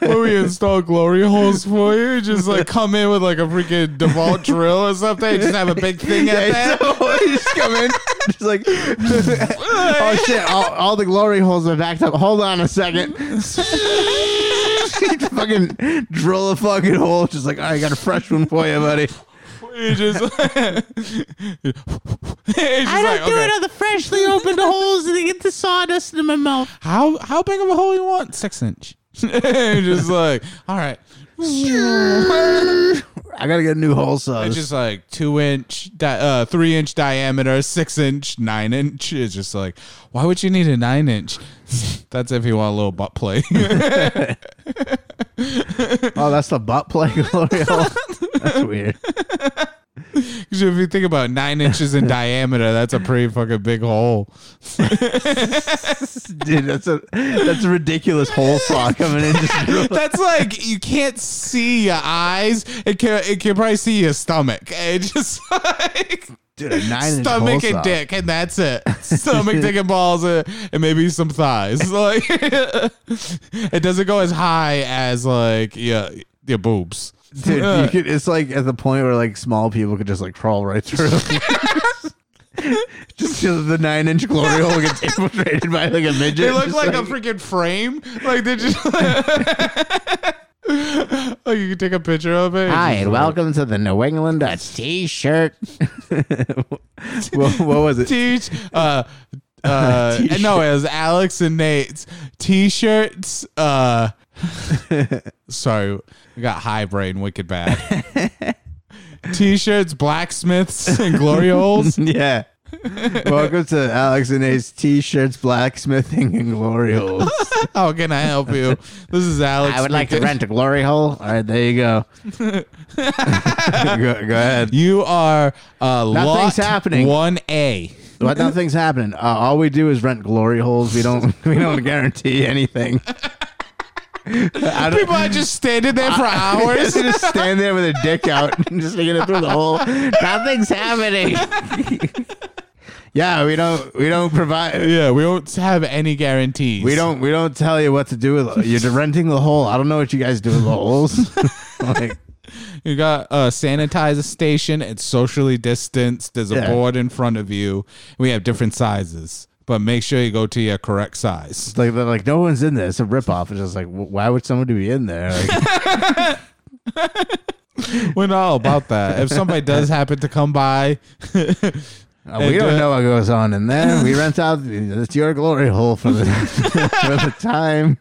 Speaker 4: when we install glory holes for you, just like come in with like a freaking default drill or something, just have a big thing at (laughs)
Speaker 2: Yeah,
Speaker 4: that.
Speaker 2: so you just come in, (laughs) just like, (laughs) oh shit, all, all the glory holes are backed up. Hold on a second. (laughs) fucking drill a fucking hole. Just like, all right, I got a fresh one for you, buddy.
Speaker 4: You just, (laughs) I
Speaker 2: the freshly opened holes and get the sawdust in my mouth.
Speaker 4: How how big of a hole you want? Six inch. (laughs) just like all right,
Speaker 2: I gotta get a new hole saw.
Speaker 4: it's just like two inch, di- uh, three inch diameter, six inch, nine inch. It's just like why would you need a nine inch? (laughs) That's if you want a little butt play. (laughs)
Speaker 2: oh, that's the butt play glory hole.
Speaker 4: (laughs)
Speaker 2: that's weird.
Speaker 4: 'Cause if you think about it, nine inches in diameter, that's a pretty fucking big hole.
Speaker 2: Dude, that's a that's a ridiculous hole saw coming in. Just
Speaker 4: That's like you can't see your eyes. It can it can probably see your stomach. It just (laughs) like
Speaker 2: dude, a nine inch hole
Speaker 4: stomach
Speaker 2: saw.
Speaker 4: and dick, and that's
Speaker 2: (laughs)
Speaker 4: it. Stomach, dick, and balls, uh, and maybe some thighs. (laughs) Like it doesn't go as high as like your your boobs.
Speaker 2: Dude,
Speaker 4: Uh,
Speaker 2: you
Speaker 4: (laughs)
Speaker 2: could, it's like at the point where like small people could just like crawl right
Speaker 4: (laughs)
Speaker 2: through. just 'cause the nine inch glory
Speaker 4: (laughs)
Speaker 2: hole gets infiltrated by like a midget.
Speaker 4: they look
Speaker 2: Just
Speaker 4: like, a freaking frame. Like they just. (laughs) like you can take a picture of it.
Speaker 2: Hi, and welcome to the New England Dutch T-shirt. (laughs) what, what was it?
Speaker 4: teach uh uh
Speaker 2: (laughs) T-shirt.
Speaker 4: no it was alex and nate's t-shirts uh sorry we got high brain wicked
Speaker 2: (laughs)
Speaker 4: bad t-shirts blacksmiths and glory holes
Speaker 2: (laughs) Yeah. Welcome to Alex and Ace T-shirts, blacksmithing, and (laughs) glory holes.
Speaker 4: how can i help you this is alex
Speaker 2: I would like to
Speaker 4: speaking.
Speaker 2: rent a glory hole. All right, there you (laughs) go. go, go ahead.
Speaker 4: you are uh
Speaker 2: Nothing's
Speaker 4: lot
Speaker 2: happening.
Speaker 4: 1a
Speaker 2: But nothing's happening. Uh, all we do is rent glory holes. We don't. (laughs) We don't guarantee anything. I don't,
Speaker 4: people are just standing there
Speaker 2: (laughs)
Speaker 4: for hours
Speaker 2: They just stand there with a dick out (laughs) and just sticking it through the hole. Nothing's happening. (laughs) yeah, we don't. We don't provide.
Speaker 4: yeah we don't have any guarantees
Speaker 2: We don't
Speaker 4: (laughs)
Speaker 2: we don't tell you what to do with you're renting the hole. I don't know what you guys do with the holes. (laughs) like
Speaker 4: You got a sanitizer station. It's socially distanced. There's a
Speaker 2: Yeah.
Speaker 4: board in front of you. We have different sizes, but make sure you go to your correct size. (laughs)
Speaker 2: Like, they're like no one's in there. It's a ripoff. It's just like, wh- why would someone be in there?
Speaker 4: (laughs)
Speaker 2: Like,
Speaker 4: We're not all about that. If
Speaker 2: (laughs)
Speaker 4: somebody does happen to come by,
Speaker 2: uh, we
Speaker 4: do
Speaker 2: don't
Speaker 4: it.
Speaker 2: know what goes on in
Speaker 4: (laughs)
Speaker 2: there. We rent out. It's your glory hole for the (laughs) for the time.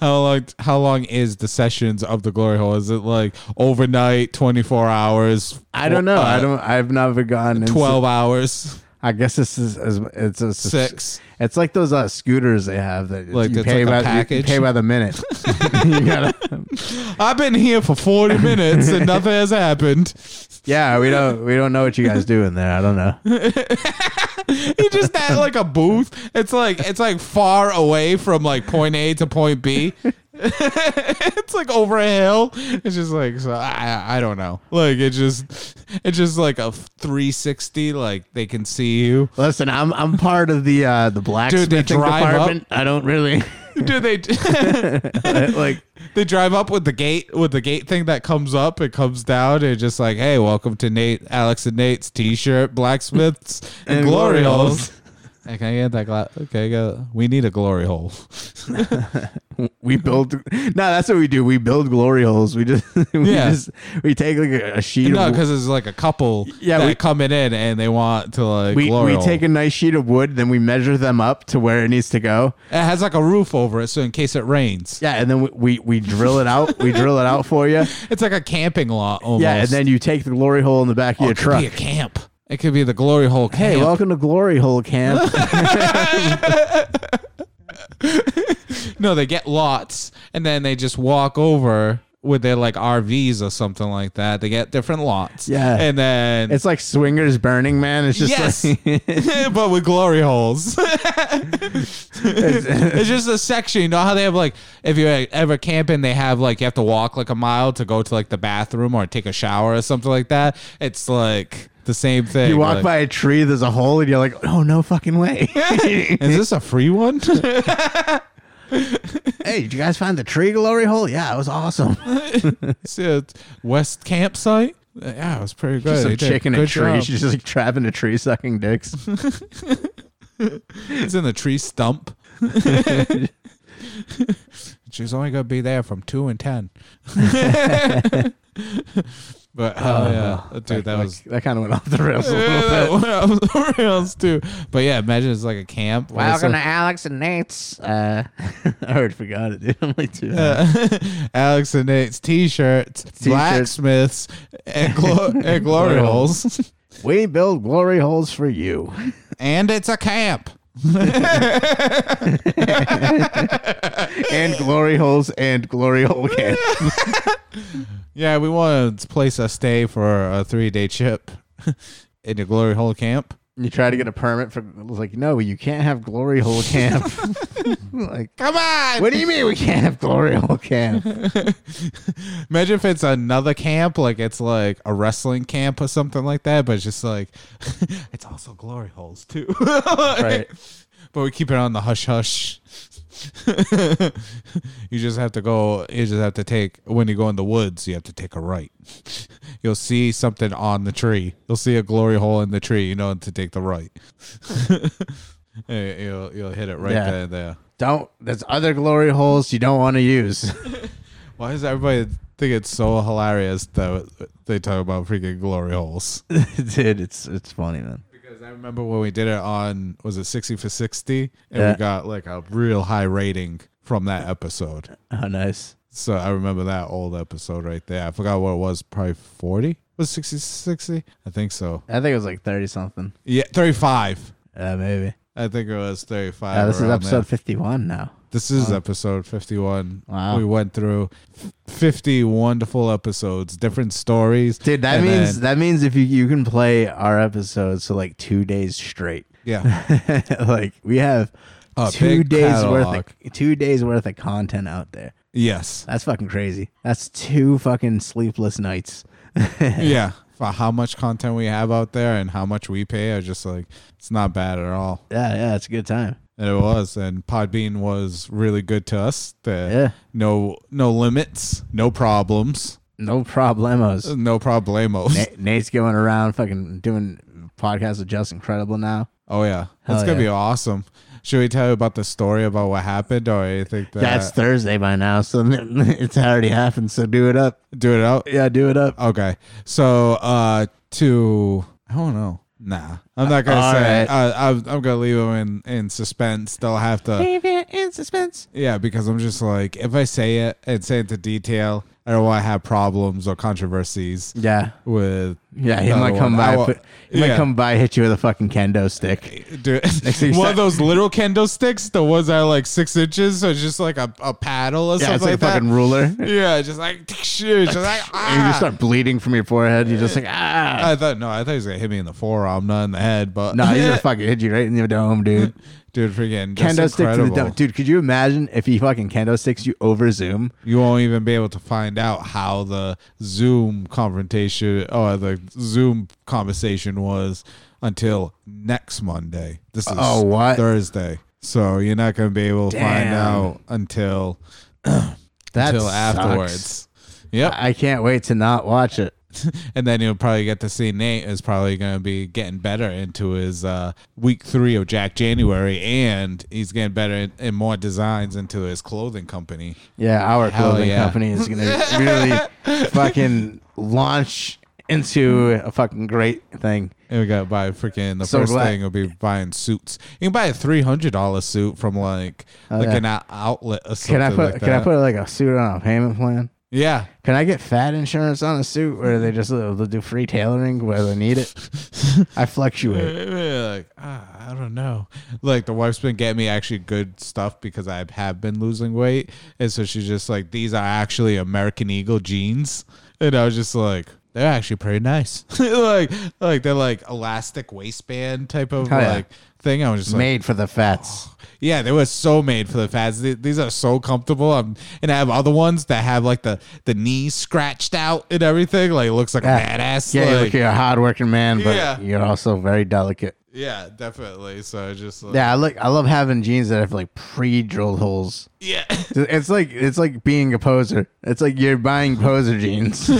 Speaker 4: how long? How long is the sessions of the glory hole? Is it like overnight, twenty four hours?
Speaker 2: I don't know. I
Speaker 4: uh,
Speaker 2: don't. I've never gone into-
Speaker 4: Twelve hours,
Speaker 2: I guess this is as it's a
Speaker 4: six.
Speaker 2: It's like those uh, scooters they have that
Speaker 4: Like,
Speaker 2: you
Speaker 4: it's
Speaker 2: pay
Speaker 4: like a
Speaker 2: by you- you
Speaker 4: package.
Speaker 2: pay by the minute. (laughs)
Speaker 4: (laughs)
Speaker 2: You gotta-
Speaker 4: I've been here for forty minutes
Speaker 2: (laughs)
Speaker 4: and nothing has happened.
Speaker 2: yeah, we don't we don't know what you guys do in there. I don't know.
Speaker 4: He just had like a booth. It's like it's like far away from like point A to point B. (laughs) it's like over a hill. It's just like so I I don't know. Like it just it's just like a 360. Like they can see you.
Speaker 2: Listen, I'm I'm part of the uh, the blacksmithing
Speaker 4: drive up?
Speaker 2: department. I don't really (laughs)
Speaker 4: Do they (laughs)
Speaker 2: like.
Speaker 4: they drive up with the gate with the gate thing that comes up? It comes down. and just like hey, welcome to Nate, Alex and Nate's T-shirt blacksmiths and,
Speaker 2: And
Speaker 4: glory
Speaker 2: glory
Speaker 4: holes. Hey, Can I get that? Gla- okay, go. We need a glory hole.
Speaker 2: (laughs) We build no, that's what we do. We build glory holes. We just (laughs) we
Speaker 4: Yeah.
Speaker 2: just we take like a, a sheet.
Speaker 4: No,
Speaker 2: of,
Speaker 4: because it's like a couple
Speaker 2: Yeah,
Speaker 4: that
Speaker 2: we-
Speaker 4: coming in and they want to like
Speaker 2: we
Speaker 4: glory
Speaker 2: we
Speaker 4: hole.
Speaker 2: take a nice sheet of wood, then we measure them up to where it needs to go.
Speaker 4: it has like a roof over it, so in case it rains,
Speaker 2: Yeah, and then we, we, we drill it out. we drill it out
Speaker 4: (laughs)
Speaker 2: for you.
Speaker 4: it's like a camping lot almost.
Speaker 2: Yeah, and then you take the glory hole in the back of
Speaker 4: it
Speaker 2: your
Speaker 4: Oh, could
Speaker 2: truck.
Speaker 4: be a camp. It could be the glory hole camp.
Speaker 2: Hey, welcome to Glory
Speaker 4: (laughs)
Speaker 2: Hole Camp.
Speaker 4: no, they get lots and then they just walk over with their like RVs or something like that. They get different lots.
Speaker 2: Yeah.
Speaker 4: and then
Speaker 2: it's like Swingers Burning Man. It's just
Speaker 4: yes,
Speaker 2: like
Speaker 4: (laughs)
Speaker 2: (laughs)
Speaker 4: but with glory holes. (laughs) it's just a section. You know how they have like if you're ever camping, they have like you have to walk like a mile to go to like the bathroom or take a shower or something like that. It's like the same thing.
Speaker 2: you walk
Speaker 4: Like,
Speaker 2: by a tree, there's a hole, and you're like, oh, no
Speaker 4: (laughs)
Speaker 2: fucking way. hey,
Speaker 4: Is this a free
Speaker 2: (laughs)
Speaker 4: one? (laughs)
Speaker 2: did you guys find the tree glory hole? Yeah, it
Speaker 4: (laughs)
Speaker 2: was awesome.
Speaker 4: See a West campsite. Yeah, it was pretty good.
Speaker 2: Some
Speaker 4: They did
Speaker 2: chick in a
Speaker 4: good
Speaker 2: tree.
Speaker 4: job. Oh,
Speaker 2: She's just like trapping a tree, sucking
Speaker 4: (laughs)
Speaker 2: dicks.
Speaker 4: It's in the tree
Speaker 2: (laughs)
Speaker 4: stump. (laughs) She's only gonna be there from two and
Speaker 2: (laughs)
Speaker 4: ten. (laughs) but oh yeah, dude, that was
Speaker 2: Uh, that kind of went off the rails a
Speaker 4: Yeah, (laughs)
Speaker 2: little bit.
Speaker 4: that
Speaker 2: (laughs)
Speaker 4: went off the rails too. But yeah, imagine it's like a camp. where it's
Speaker 1: Welcome to
Speaker 4: like-
Speaker 1: Alex and Nate's.
Speaker 2: Uh, (laughs) I already forgot it, dude. (laughs) I'm like, dude.
Speaker 4: (laughs) Alex and Nate's t-shirts, blacksmiths, and, glo-
Speaker 2: (laughs)
Speaker 4: and glory holes,
Speaker 2: we build glory holes for you.
Speaker 4: (laughs) and it's a camp.
Speaker 2: and glory holes and glory hole camp.
Speaker 4: Yeah, we want to place a stay for a three-day trip (laughs) in the glory hole camp.
Speaker 2: You try to get a permit for it was like, no, you can't have glory hole camp. (laughs) like,
Speaker 4: Come on!
Speaker 2: what do you mean we can't have glory hole camp?
Speaker 4: (laughs) Imagine if it's another camp, like it's like a wrestling camp or something like that, but it's just like (laughs) it's also glory holes too. (laughs)
Speaker 2: Right.
Speaker 4: But we keep it on the hush hush. (laughs) you just have to go. You just have to take when you go in the woods. You have to take a right. (laughs) You'll see something on the tree. You'll see a glory hole in the tree. You know to take the right. (laughs) Hey, you'll you'll hit it right
Speaker 2: Yeah.
Speaker 4: there. There.
Speaker 2: Don't. There's other glory holes you don't want to use.
Speaker 4: Why does everybody think it's so hilarious that they talk about freaking glory holes?
Speaker 2: (laughs) Dude, it's it's funny, man.
Speaker 4: Because I remember when we did it on was it sixty for sixty, and
Speaker 2: Yeah.
Speaker 4: we got like a real high rating from that episode.
Speaker 2: Oh, nice.
Speaker 4: So I remember that old episode right there. I forgot what it was. Probably forty was it 60 60? I think so.
Speaker 2: I think it was like thirty something.
Speaker 4: Yeah, thirty five.
Speaker 2: Yeah, maybe.
Speaker 4: I think it was thirty five.
Speaker 2: Yeah, this is episode fifty-one now.
Speaker 4: This is episode 51.
Speaker 2: Wow.
Speaker 4: We went through 50 wonderful episodes, different stories.
Speaker 2: Dude, that
Speaker 4: and
Speaker 2: means
Speaker 4: then-
Speaker 2: that means if you you can play our episodes for like two days (laughs) straight.
Speaker 4: yeah.
Speaker 2: like we have
Speaker 4: A
Speaker 2: two
Speaker 4: big
Speaker 2: days
Speaker 4: catalog.
Speaker 2: worth of two days worth of content out there. (laughs)
Speaker 4: Yes.
Speaker 2: That's fucking crazy. That's two fucking sleepless nights. (laughs)
Speaker 4: Yeah. For how much content we have out there and how much we pay, I just like it's not bad at all.
Speaker 2: Yeah, yeah, it's a good time.
Speaker 4: And it was, and Podbean was really good to us. The
Speaker 2: Yeah.
Speaker 4: no no limits, no problems.
Speaker 2: No problemos.
Speaker 4: No problemos.
Speaker 2: Na- Nate's going around fucking doing podcasts with Just Incredible now.
Speaker 4: Oh yeah, that's
Speaker 2: Hell
Speaker 4: gonna
Speaker 2: yeah.
Speaker 4: be awesome. Should we tell you about the story about what happened, or you think that
Speaker 2: That's Thursday by now, so (laughs) it's already happened. So do it up.
Speaker 4: do it out?
Speaker 2: Yeah, do it up.
Speaker 4: Okay, so uh, to I don't know. Nah, I'm not gonna
Speaker 2: All
Speaker 4: say.
Speaker 2: right.
Speaker 4: Uh, I'm, I'm gonna leave them in in suspense. They'll have to.
Speaker 2: Leave it in suspense.
Speaker 4: Yeah, because I'm just like, if I say it and say it to detail, I don't want to have problems or controversies
Speaker 2: Yeah.
Speaker 4: with.
Speaker 2: Yeah, he
Speaker 4: the other
Speaker 2: might come
Speaker 4: one. I
Speaker 2: by.
Speaker 4: wa-
Speaker 2: put- he might
Speaker 4: yeah.
Speaker 2: come by, hit you with a fucking kendo (laughs) stick.
Speaker 4: (laughs) Dude,
Speaker 2: thing you
Speaker 4: one
Speaker 2: said-
Speaker 4: of those little kendo sticks, the ones that are like six inches, so it's just like a, a paddle or
Speaker 2: Yeah,
Speaker 4: something
Speaker 2: it's like a
Speaker 4: like that.
Speaker 2: fucking ruler.
Speaker 4: Yeah, just like (laughs) shit, just (laughs) like
Speaker 2: (laughs) and you just
Speaker 4: ah. Uh,
Speaker 2: start bleeding from your forehead. You're just like, ah.
Speaker 4: I thought no, I thought he was gonna hit me in the forearm, not in the head. But (laughs)
Speaker 2: no, he's gonna fucking hit you right in the dome, dude.
Speaker 4: dude, freaking just
Speaker 2: Kendo stick to the
Speaker 4: incredible.
Speaker 2: dome, dude. Could you imagine if he fucking kendo sticks you over Zoom?
Speaker 4: You won't even be able to find out how the Zoom confrontation or the Zoom conversation was until next Monday. This is
Speaker 2: Oh, what?
Speaker 4: Thursday, so you're not gonna be able to find
Speaker 2: Damn.
Speaker 4: out until
Speaker 2: That
Speaker 4: until
Speaker 2: sucks.
Speaker 4: afterwards. Yep.
Speaker 2: I can't wait to not watch it.
Speaker 4: and then you'll probably get to see Nate is probably going to be getting better into his uh, week three of Jack January, and he's getting better in, in more designs into his clothing company.
Speaker 2: Yeah, our
Speaker 4: Hell
Speaker 2: clothing
Speaker 4: yeah.
Speaker 2: company is
Speaker 4: (laughs)
Speaker 2: gonna really fucking launch into a fucking great thing.
Speaker 4: And we got to buy freaking the
Speaker 2: So
Speaker 4: first
Speaker 2: glad-
Speaker 4: thing will be buying suits. You can buy a three hundred dollar suit from like like
Speaker 2: Oh, yeah.
Speaker 4: an out- outlet or something
Speaker 2: Can I put
Speaker 4: like
Speaker 2: can I
Speaker 4: that.
Speaker 2: put like a suit on a payment plan?
Speaker 4: yeah,
Speaker 2: Can I get fat insurance on a suit where they just they'll do free tailoring where they
Speaker 4: (laughs)
Speaker 2: need it? I fluctuate.
Speaker 4: like ah, I don't know. Like the wife's been getting me actually good stuff because I have been losing weight, and so she's just like, these are actually American Eagle jeans, and I was just like, they're actually pretty nice. (laughs) like like they're like elastic waistband type of
Speaker 2: Oh, yeah.
Speaker 4: like thing. I was just like,
Speaker 2: Made for the fats.
Speaker 4: yeah, they were so made for the fans. Th- These are so comfortable. Um, and I have other ones that have like the the knees scratched out and everything. Like it looks like
Speaker 2: Yeah.
Speaker 4: a badass.
Speaker 2: Yeah,
Speaker 4: like-
Speaker 2: like, you're a hardworking man, but
Speaker 4: Yeah.
Speaker 2: you're also very delicate.
Speaker 4: yeah, definitely. So just like,
Speaker 2: Yeah, I like I love having jeans that have like pre-drilled holes.
Speaker 4: yeah. (laughs)
Speaker 2: It's like it's like being a poser. It's like you're buying poser jeans.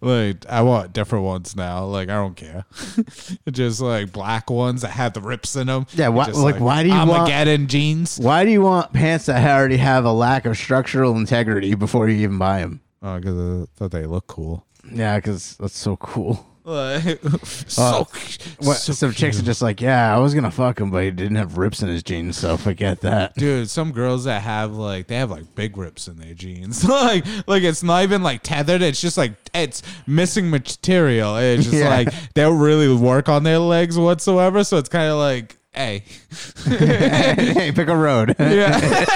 Speaker 4: like I want different ones now. Like I don't care. (laughs) just like black ones that have the rips in them.
Speaker 2: Yeah, why- like, why do you
Speaker 4: I'm
Speaker 2: want-
Speaker 4: Armageddon jeans?
Speaker 2: Why do you want pants that already have a lack of structural integrity before you even buy them?
Speaker 4: Oh, because I thought they look cool.
Speaker 2: Yeah, because that's so cool.
Speaker 4: (laughs) Like, so,
Speaker 2: Uh, What,
Speaker 4: so
Speaker 2: some chicks are
Speaker 4: cute.
Speaker 2: just like, yeah, I was gonna fuck him, but he didn't have rips in his jeans, so forget that. (laughs)
Speaker 4: Dude, some girls that have like they have like big rips in their jeans, (laughs) like like it's not even like tethered. It's just like it's missing material. It's just
Speaker 2: Yeah.
Speaker 4: like they don't really work on their legs whatsoever. So it's kind of like, hey, (laughs)
Speaker 2: hey, pick a road. (laughs)
Speaker 4: yeah,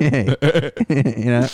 Speaker 2: you know,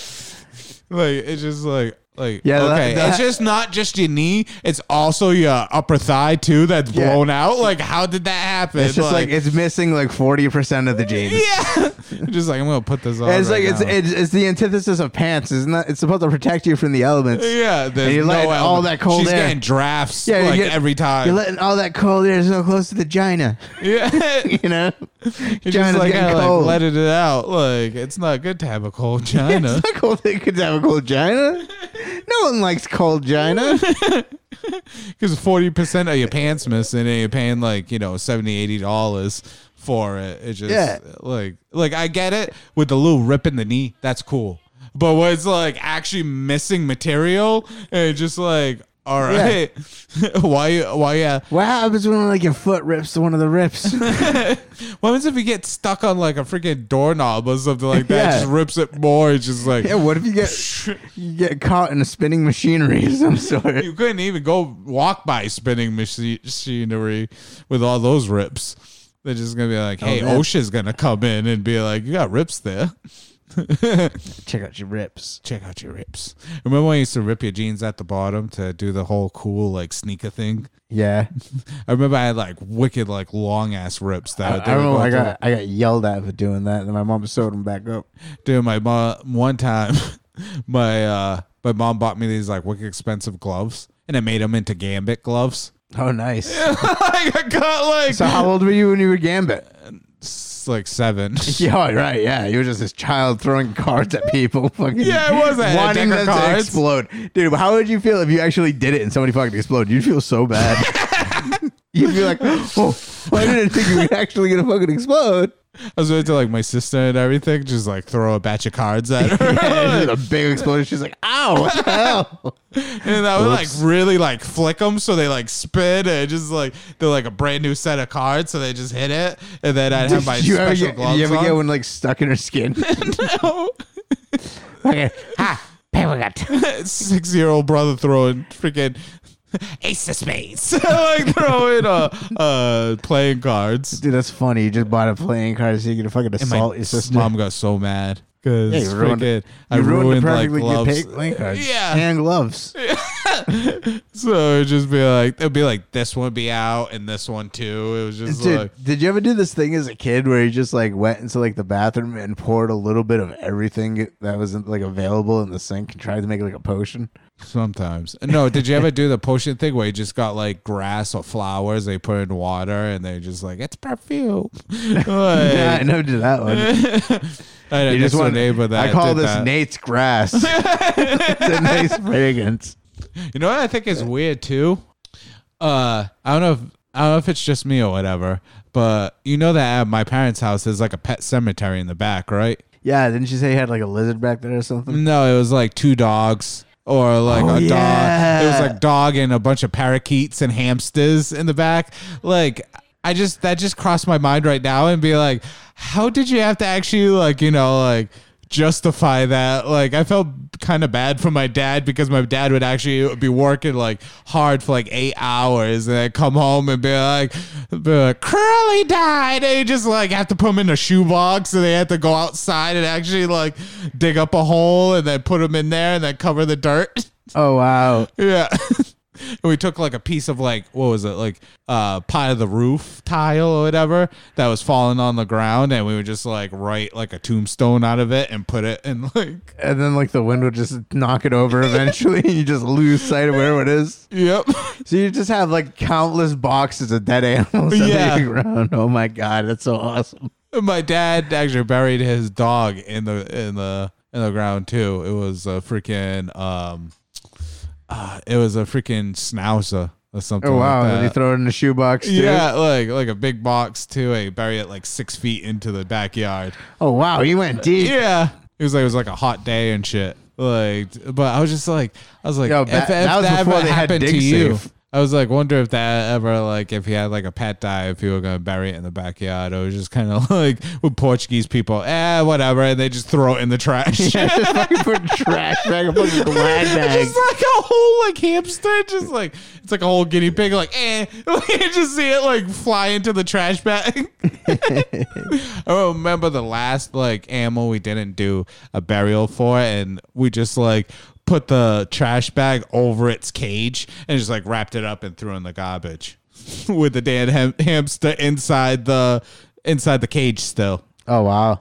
Speaker 4: like it's just like like
Speaker 2: Yeah, that-
Speaker 4: okay.
Speaker 2: that-
Speaker 4: it's just not just your knee. It's also your upper thigh too that's
Speaker 2: Yeah.
Speaker 4: blown out. Like how did that happen?
Speaker 2: it's just like, it's missing like forty percent of the
Speaker 4: (laughs)
Speaker 2: jeans.
Speaker 4: yeah, just like I'm gonna put this on.
Speaker 2: It's
Speaker 4: right
Speaker 2: like it's,
Speaker 4: now.
Speaker 2: it's it's the antithesis of pants, isn't that? It's supposed to protect you from the elements.
Speaker 4: Yeah, there's
Speaker 2: you're
Speaker 4: no
Speaker 2: letting all
Speaker 4: element.
Speaker 2: that cold
Speaker 4: She's
Speaker 2: air-
Speaker 4: getting drafts
Speaker 2: Yeah, you
Speaker 4: like
Speaker 2: get-
Speaker 4: every time.
Speaker 2: You're letting all that cold air so close to the gina. (laughs)
Speaker 4: yeah,
Speaker 2: You know,
Speaker 4: You're
Speaker 2: Gina's
Speaker 4: just like,
Speaker 2: getting
Speaker 4: yeah,
Speaker 2: cold.
Speaker 4: like letting it out. Like it's not good to have a
Speaker 2: (laughs)
Speaker 4: cold
Speaker 2: It's
Speaker 4: China.
Speaker 2: not cold that you could have a cold gina. No one likes cold gina.
Speaker 4: because forty percent of your pants missing, and you're paying like you know 70 80 dollars for it. It just
Speaker 2: Yeah.
Speaker 4: like like I get it with the little rip in the knee. That's cool, but when it's like actually missing material, and it's just like all right, (laughs) why you why yeah?
Speaker 2: What happens when like your foot rips to one of the rips?
Speaker 4: What happens if you get stuck on like a freaking doorknob or something like that? It
Speaker 2: (laughs) Yeah.
Speaker 4: just rips it more. It's just (laughs) like
Speaker 2: (laughs) yeah, what if
Speaker 4: (laughs)
Speaker 2: you get you get caught in a spinning machinery of some sort?
Speaker 4: you couldn't even go walk by spinning machi- machinery with all those rips. They're just gonna be like, "Hey,
Speaker 2: Oh, man.
Speaker 4: OSHA's gonna come in and be like, you got rips there.
Speaker 2: Check out your rips.
Speaker 4: Check out your rips." Remember when I used to rip your jeans at the bottom to do the whole cool like sneaker thing?
Speaker 2: Yeah,
Speaker 4: I remember I had like wicked like long ass rips
Speaker 2: I,
Speaker 4: that
Speaker 2: I
Speaker 4: they were
Speaker 2: remember I
Speaker 4: going
Speaker 2: got I got yelled at for doing that, and my mom sewed them back up.
Speaker 4: Dude, my mom one time, (laughs) my uh my mom bought me these like wicked expensive gloves, and I made them into gambit gloves. (laughs)
Speaker 2: Oh, nice.
Speaker 4: like I got like
Speaker 2: So how old were you when you were gambit?
Speaker 4: was like
Speaker 2: (laughs)
Speaker 4: seven.
Speaker 2: Yeah, right. Yeah, you were just this child throwing cards at people. Fucking
Speaker 4: Yeah, I was. I had a
Speaker 2: wanting
Speaker 4: deck
Speaker 2: them
Speaker 4: of
Speaker 2: to
Speaker 4: cards.
Speaker 2: explode, dude. How would you feel if you actually did it and somebody fucking exploded? You'd feel so bad. (laughs) You'd be like, oh, why didn't I think you were actually gonna fucking explode?
Speaker 4: I was waiting to like my sister and everything, just like throw a batch of cards
Speaker 2: (laughs)
Speaker 4: at
Speaker 2: And
Speaker 4: her. (laughs)
Speaker 2: a big explosion. She's like, ow, what the hell?
Speaker 4: and I would like really like flick them so they like spin and just like they're like a brand new set of cards, so they just hit it. And then I'd
Speaker 2: (laughs)
Speaker 4: have my
Speaker 2: you ever,
Speaker 4: special
Speaker 2: get,
Speaker 4: gloves
Speaker 2: you ever
Speaker 4: on.
Speaker 2: get one like stuck in her skin?
Speaker 4: (laughs)
Speaker 2: (laughs)
Speaker 4: no.
Speaker 2: okay, ha, paper
Speaker 4: (laughs)
Speaker 2: cut.
Speaker 4: six year old brother throwing freaking ace of spades, (laughs) like throwing uh, uh playing cards.
Speaker 2: Dude, that's funny. You just bought a playing card so you can fucking
Speaker 4: And my
Speaker 2: assault your sister.
Speaker 4: mom got so mad because
Speaker 2: Yeah, you ruined
Speaker 4: freaking
Speaker 2: it.
Speaker 4: I
Speaker 2: You ruined,
Speaker 4: ruined
Speaker 2: the
Speaker 4: like
Speaker 2: perfectly
Speaker 4: gloves.
Speaker 2: good pa- playing
Speaker 4: (laughs)
Speaker 2: cards.
Speaker 4: Yeah.
Speaker 2: And gloves.
Speaker 4: So it'd just be like it'd be like this one be out and this one too. It was just
Speaker 2: Dude,
Speaker 4: like
Speaker 2: did you ever do this thing as a kid where you just like went into like the bathroom and poured a little bit of everything that was like available in the sink and tried to make like a potion?
Speaker 4: sometimes. No, did you ever do the potion thing where you just got like grass or flowers, they put in water and they're just like it's perfume. (laughs) like,
Speaker 2: yeah, I never did that
Speaker 4: (laughs)
Speaker 2: one.
Speaker 4: I had a
Speaker 2: You just
Speaker 4: next-door
Speaker 2: want
Speaker 4: neighbor that
Speaker 2: I call
Speaker 4: did
Speaker 2: this
Speaker 4: that.
Speaker 2: Nate's grass. (laughs) it's
Speaker 4: (laughs)
Speaker 2: a nice fragrance.
Speaker 4: You know what I think is weird too? Uh, I don't know if I don't know if it's just me or whatever, but you know that at my parents' house there's like a pet cemetery in the back, right?
Speaker 2: Yeah, didn't you say you had like a lizard back there or something?
Speaker 4: No, it was like two dogs or like
Speaker 2: Oh,
Speaker 4: a
Speaker 2: yeah.
Speaker 4: dog. It was like dog and a bunch of parakeets and hamsters in the back. Like I just that just crossed my mind right now and be like, how did you have to actually like you know like justify that like i felt kind of bad for my dad because my dad would actually be working like hard for like eight hours and i'd come home and be like, be like curly died and you just like have to put him in a shoebox and they had to go outside and actually like dig up a hole and then put him in there and then cover the dirt (laughs)
Speaker 2: Oh wow.
Speaker 4: yeah. (laughs) And we took like a piece of like what was it like uh part of the roof tile or whatever that was falling on the ground and we would just like write like a tombstone out of it and put it in (laughs) like
Speaker 2: And then like the wind would just knock it over eventually (laughs) and you just lose sight of where it is.
Speaker 4: yep
Speaker 2: So you just have like countless boxes of dead
Speaker 4: (laughs)
Speaker 2: animals
Speaker 4: Yeah.
Speaker 2: on the ground. Oh my god, that's so awesome.
Speaker 4: my dad actually buried his dog in the in the in the ground too it was a freaking um uh, it was a freaking schnauzer or something
Speaker 2: Oh wow!
Speaker 4: like
Speaker 2: and
Speaker 4: that.
Speaker 2: you throw it in the shoebox. Too?
Speaker 4: yeah like like a big box too and he buried it like six feet into the backyard
Speaker 2: Oh wow! You went deep.
Speaker 4: Yeah. It was like it was like a hot day and shit. Like, but I was just like, I was like,
Speaker 2: Yo,
Speaker 4: if,
Speaker 2: that-
Speaker 4: if
Speaker 2: that
Speaker 4: that,
Speaker 2: was before
Speaker 4: ever
Speaker 2: they had
Speaker 4: happened to you,
Speaker 2: DigSafe.
Speaker 4: I was like, wonder if that ever like if he had like a pet die, if he were gonna bury it in the backyard. It was just kind of (laughs) like with Portuguese people, eh, whatever, and they just throw it in the trash.
Speaker 2: Yeah. (laughs) just fucking put trash bag, a
Speaker 4: (laughs)
Speaker 2: fucking glad bag.
Speaker 4: It's like a whole like hamster, just like it's like a whole guinea pig, like eh, (laughs) you just see it like fly into the trash bag. (laughs) I remember the last like animal we didn't do a burial for, and we just like put the trash bag over its cage and just like wrapped it up and threw in the garbage (laughs) with the dead ham- hamster inside the inside the cage still. (laughs)
Speaker 2: Oh wow!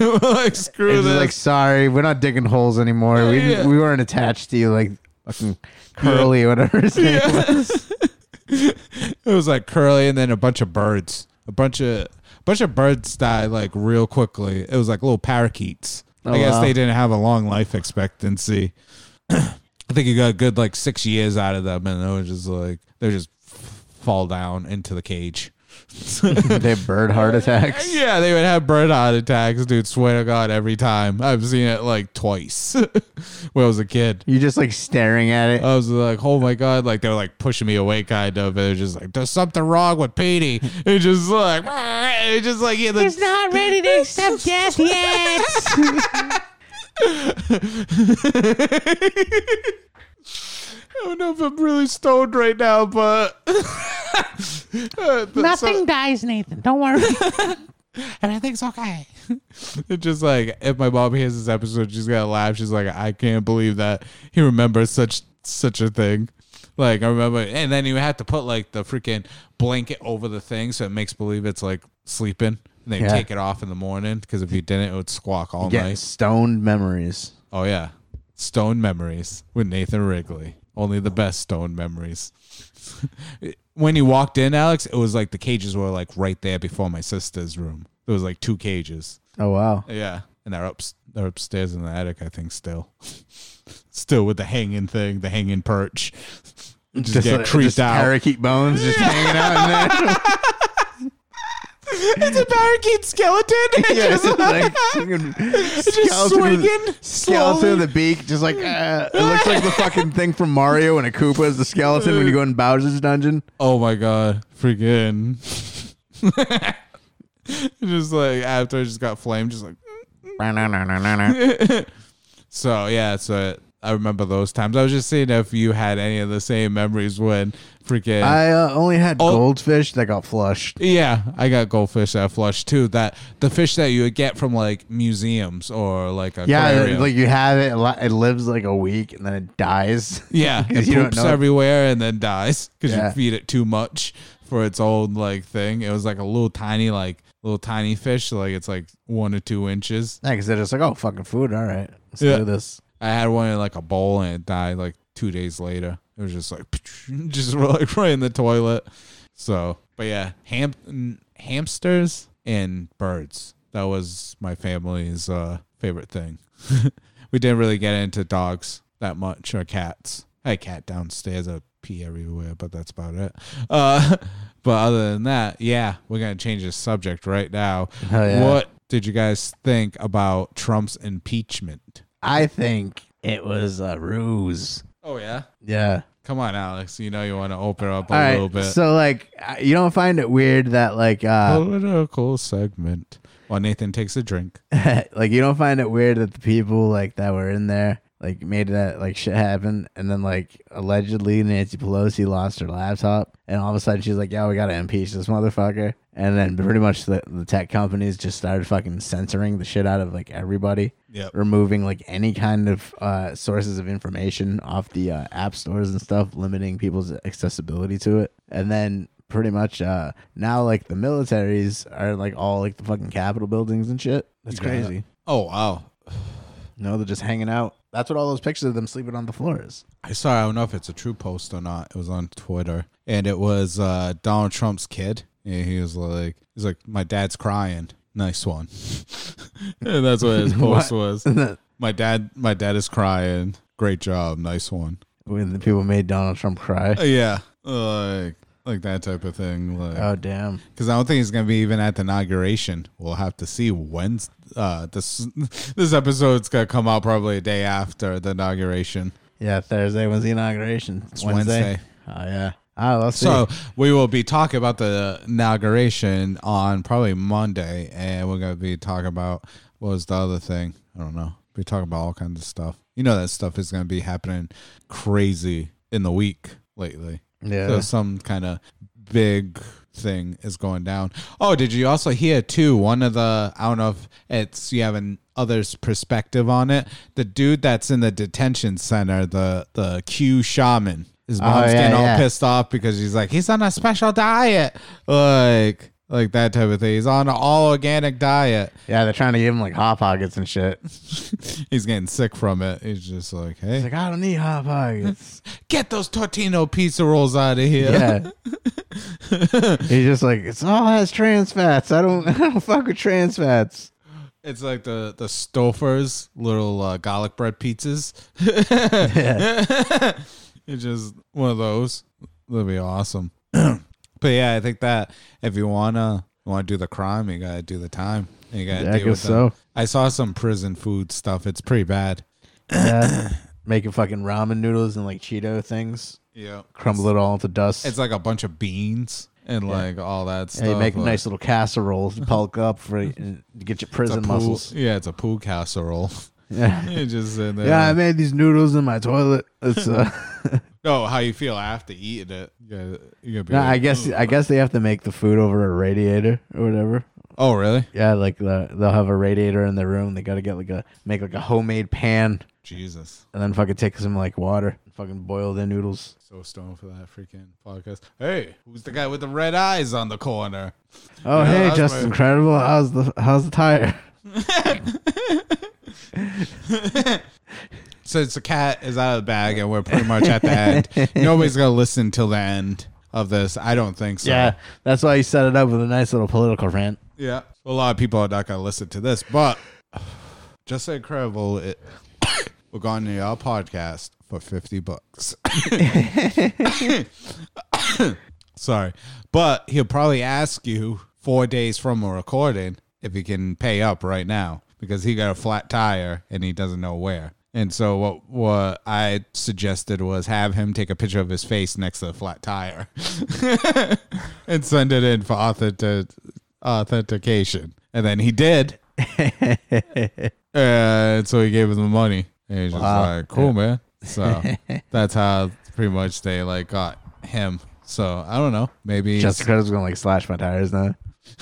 Speaker 4: like screw this.
Speaker 2: It's just like sorry, we're not digging holes anymore. We
Speaker 4: Yeah.
Speaker 2: we weren't attached to you like fucking curly, whatever his name was.
Speaker 4: (laughs) It was like curly, and then a bunch of birds, a bunch of a bunch of birds died like real quickly. It was like little parakeets.
Speaker 2: Oh,
Speaker 4: I guess
Speaker 2: wow.
Speaker 4: they didn't have a long life expectancy. (clears throat) I think you got a good like six years out of them, and they were just like they just f- fall down into the cage. (laughs)
Speaker 2: they have bird heart attacks.
Speaker 4: yeah, they would have bird heart attacks, dude. Swear to God, every time I've seen it like twice (laughs) when I was a kid.
Speaker 2: You just like staring at it.
Speaker 4: I was like, oh my god, like they were like pushing me away, kind of. And it was just like, there's something wrong with Petey. It's just like, it's just like, yeah, the,
Speaker 2: not ready to accept death yet.
Speaker 4: I don't know if I'm really stoned right now, but (laughs) Uh, the-
Speaker 5: Nothing
Speaker 4: so-
Speaker 5: dies, Nathan. Don't worry.
Speaker 4: everything's okay. (laughs) it's just like if my mom hears this episode, she's gonna laugh. She's like, I can't believe that he remembers such such a thing. Like I remember, and then you have to put like the freaking blanket over the thing so it makes believe it's like sleeping. And they
Speaker 2: Yeah.
Speaker 4: take it off in the morning because if you didn't, it would squawk all
Speaker 2: Get
Speaker 4: night.
Speaker 2: stoned memories.
Speaker 4: Oh yeah, Stone Memories with Nathan Wrigley. Only the best Stone memories. (laughs) when you walked in, Alex, it was like the cages were like right there before my sister's room. There was like two cages.
Speaker 2: Oh wow.
Speaker 4: Yeah, and they're up they're upstairs in the attic. I think still, (laughs) still with the hanging thing, the hanging perch.
Speaker 2: (laughs)
Speaker 4: Just, get
Speaker 2: like-
Speaker 4: creeped
Speaker 2: just
Speaker 4: out.
Speaker 2: Parakeet bones just hanging out in there.
Speaker 4: (laughs)
Speaker 2: (laughs)
Speaker 4: It's a parakeet skeleton. (laughs)
Speaker 2: (laughs) yeah, it's like fucking skeleton, with-
Speaker 4: swinging
Speaker 2: skeleton
Speaker 4: slowly.
Speaker 2: of the beak, just like uh, it looks like the fucking thing from Mario and a Koopa is the skeleton when you go in
Speaker 4: (laughs)
Speaker 2: Bowser's dungeon.
Speaker 4: Oh my god, freaking! (laughs) just like after I just got flamed, just like so yeah. So I remember those times. I was just seeing if you had any of the same memories when freaking.
Speaker 2: I uh, only had
Speaker 4: Oh.
Speaker 2: goldfish that got flushed.
Speaker 4: yeah, I got goldfish that flush too. That the fish that you would get from like museums or like a
Speaker 2: Yeah, like you have it, it li- it lives like a week and then it dies. (laughs)
Speaker 4: yeah,
Speaker 2: 'Cause
Speaker 4: it
Speaker 2: you don't
Speaker 4: poops
Speaker 2: know.
Speaker 4: everywhere and then dies because
Speaker 2: Yeah.
Speaker 4: you feed it too much for its own like thing. It was like a little tiny like little tiny fish, like it's like one or two inches.
Speaker 2: Yeah, because they're just like, oh, fucking food. All right, let's
Speaker 4: Yeah.
Speaker 2: do this.
Speaker 4: I had one in like a bowl and it died like two days later. It was just like (laughs) just like right in the toilet. So, but yeah, ham- n- hamsters and birds. That was my family's uh, favorite thing. (laughs) we didn't really get into dogs that much or cats. I had a cat downstairs. I pee everywhere, but that's about it. (laughs) Uh, but other than that, yeah, we're gonna change the subject right now.
Speaker 2: Hell yeah.
Speaker 4: What did you guys think about Trump's impeachment?
Speaker 2: I think it was a ruse.
Speaker 4: Oh yeah.
Speaker 2: Yeah.
Speaker 4: Come on, Alex. You know you want to open up a
Speaker 2: All
Speaker 4: little
Speaker 2: right.
Speaker 4: bit.
Speaker 2: So like, uh, you don't find it weird that like, uh,
Speaker 4: Political segment. While Nathan takes a drink.
Speaker 2: (laughs) like you don't find it weird that the people like that were in there like made that like shit happen, and then like allegedly Nancy Pelosi lost her laptop, and all of a sudden she's like, yeah, we gotta impeach this motherfucker, and then pretty much the, the tech companies just started fucking censoring the shit out of like everybody.
Speaker 4: Yep.
Speaker 2: removing like any kind of uh, sources of information off the uh, app stores and stuff, limiting people's accessibility to it, and then pretty much uh, now like the militaries are like all like the fucking Capitol buildings and shit. That's
Speaker 4: You got it.
Speaker 2: crazy.
Speaker 4: Oh wow.
Speaker 2: No, they're just hanging out. That's what all those pictures of them sleeping on the floor is.
Speaker 4: I saw I don't know if it's a true post or not. It was on Twitter. And it was uh, Donald Trump's kid. And he was like he's like, My dad's crying. Nice one. (laughs) and that's
Speaker 2: (laughs)
Speaker 4: what his post was. My dad my dad is crying. Great job. Nice one.
Speaker 2: when the people made Donald Trump cry.
Speaker 4: Uh, yeah. Like like that type of thing. Like
Speaker 2: Oh damn!
Speaker 4: because I don't think he's going to be even at the inauguration. We'll have to see when uh, this (laughs) this episode's going to come out probably a day after the inauguration.
Speaker 2: Yeah, Thursday was the inauguration. It's
Speaker 4: Wednesday.
Speaker 2: Oh yeah. Oh, let's
Speaker 4: So
Speaker 2: see.
Speaker 4: we will be talking about the inauguration on probably Monday, and we're going to be talking about what was the other thing? I don't know. Be talking about all kinds of stuff. You know that stuff is going to be happening crazy in the week lately.
Speaker 2: Yeah.
Speaker 4: So some kind of big thing is going down. Oh, did you also hear too? One of the I don't know if it's you have an other's perspective on it. The dude that's in the detention center, the the Q shaman, his mom's
Speaker 2: Oh, yeah,
Speaker 4: getting all
Speaker 2: yeah.
Speaker 4: pissed off because he's like he's on a special diet, like like that type of thing. He's on an all organic diet.
Speaker 2: Yeah, they're trying to give him like hot pockets and shit.
Speaker 4: He's getting sick from it. He's just like, hey,
Speaker 2: It's like I don't need hot pockets.
Speaker 4: get those Tortino pizza rolls out of here.
Speaker 2: Yeah.
Speaker 4: (laughs)
Speaker 2: He's just like, it's all has trans fats. I don't (laughs) I don't fuck with trans fats.
Speaker 4: It's like the the Stouffer's little uh, garlic bread
Speaker 2: (laughs)
Speaker 4: pizzas. it's just one of those. That'd be awesome. (clears throat) but yeah, I think that if you wanna want to do the crime, you gotta do the time. And you gotta
Speaker 2: Yeah, I
Speaker 4: deal with
Speaker 2: guess
Speaker 4: them.
Speaker 2: so.
Speaker 4: I saw some prison food stuff. It's pretty bad.
Speaker 2: Yeah. Making fucking ramen noodles and like Cheeto things.
Speaker 4: Yeah,
Speaker 2: Crumble it all into dust.
Speaker 4: it's like a bunch of beans and like all that stuff.
Speaker 2: yeah, you make
Speaker 4: like-
Speaker 2: nice little casseroles to bulk up for and get your
Speaker 4: it's a
Speaker 2: prison
Speaker 4: pool-
Speaker 2: muscles.
Speaker 4: Yeah, it's a pool casserole. (laughs)
Speaker 2: Yeah.
Speaker 4: It's just in there.
Speaker 2: Yeah, I made these noodles in my toilet.
Speaker 4: (laughs)
Speaker 2: It's uh,
Speaker 4: oh, how you feel after eating it? You gotta, you gotta be
Speaker 2: no,
Speaker 4: like,
Speaker 2: I guess I guess they have to make the food over a radiator or whatever.
Speaker 4: Oh, really?
Speaker 2: Yeah, like the, they'll have a radiator in their room. They got to get like a make like a homemade pan
Speaker 4: Jesus.
Speaker 2: and then fucking take some like water, fucking boil their noodles.
Speaker 4: So stoned for that freaking podcast. Hey, who's the guy with the red eyes on the corner?
Speaker 2: Oh
Speaker 4: Yeah,
Speaker 2: hey,
Speaker 4: that's
Speaker 2: just
Speaker 4: my-
Speaker 2: incredible. How's the how's the (laughs) tire?
Speaker 4: Since the cat is out of the bag and we're pretty much at the end, (laughs) nobody's going to listen till the end of this. I don't think so.
Speaker 2: Yeah, that's why you set it up with a nice little political rant.
Speaker 4: Yeah. A lot of people are not going to listen to this, but just incredible. It, (coughs) we're going to our podcast for 50 bucks. (coughs) Sorry. But he'll probably ask you four days from a recording if he can pay up right now because he got a flat tire and he doesn't know where. And so what what I suggested was have him take a picture of his face next to the flat tire (laughs) and send it in for authentic, authentication. And then he did. and so he gave him the money. And he's just like, cool, man. So that's how pretty much they like got him. So I don't know. Maybe
Speaker 2: Just because gonna like slash my tires now. (laughs)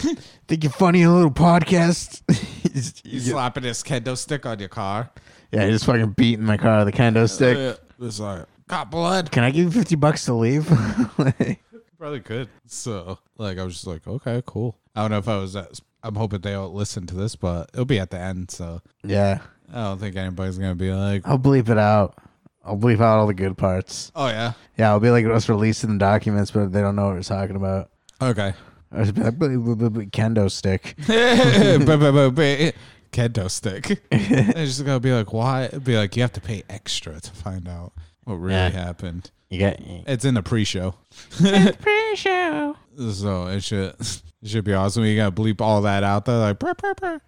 Speaker 2: Think you're funny in a little podcast? (laughs) He's-
Speaker 4: you
Speaker 2: he's-
Speaker 4: slapping this kendo stick on your car.
Speaker 2: yeah, he's just fucking beating my car with a kendo stick.
Speaker 4: It's like got blood.
Speaker 2: Can I give you fifty bucks to leave? (laughs) Like,
Speaker 4: Probably could. So like I was just like, okay, cool. I don't know if I was that I'm hoping they don't listen to this, but it'll be at the end, so
Speaker 2: yeah,
Speaker 4: I don't think anybody's gonna be like
Speaker 2: I'll bleep it out. I'll bleep out all the good parts.
Speaker 4: Oh yeah.
Speaker 2: Yeah, it'll be like us releasing the documents, but they don't know what we're talking about.
Speaker 4: (laughs) Okay.
Speaker 2: Or it'll be like, "Bleep, bleep, bleep, bleep, kendo (laughs) stick.
Speaker 4: Ba- ba- ba- ba- Kendo stick. They're just gonna be like, why be like you have to pay extra to find out what really
Speaker 2: Yeah.
Speaker 4: happened.
Speaker 2: You got
Speaker 4: It's in the pre-show. pre-show. So it should it should be awesome. You gotta bleep all that out there, like. "Brr, brr, brr."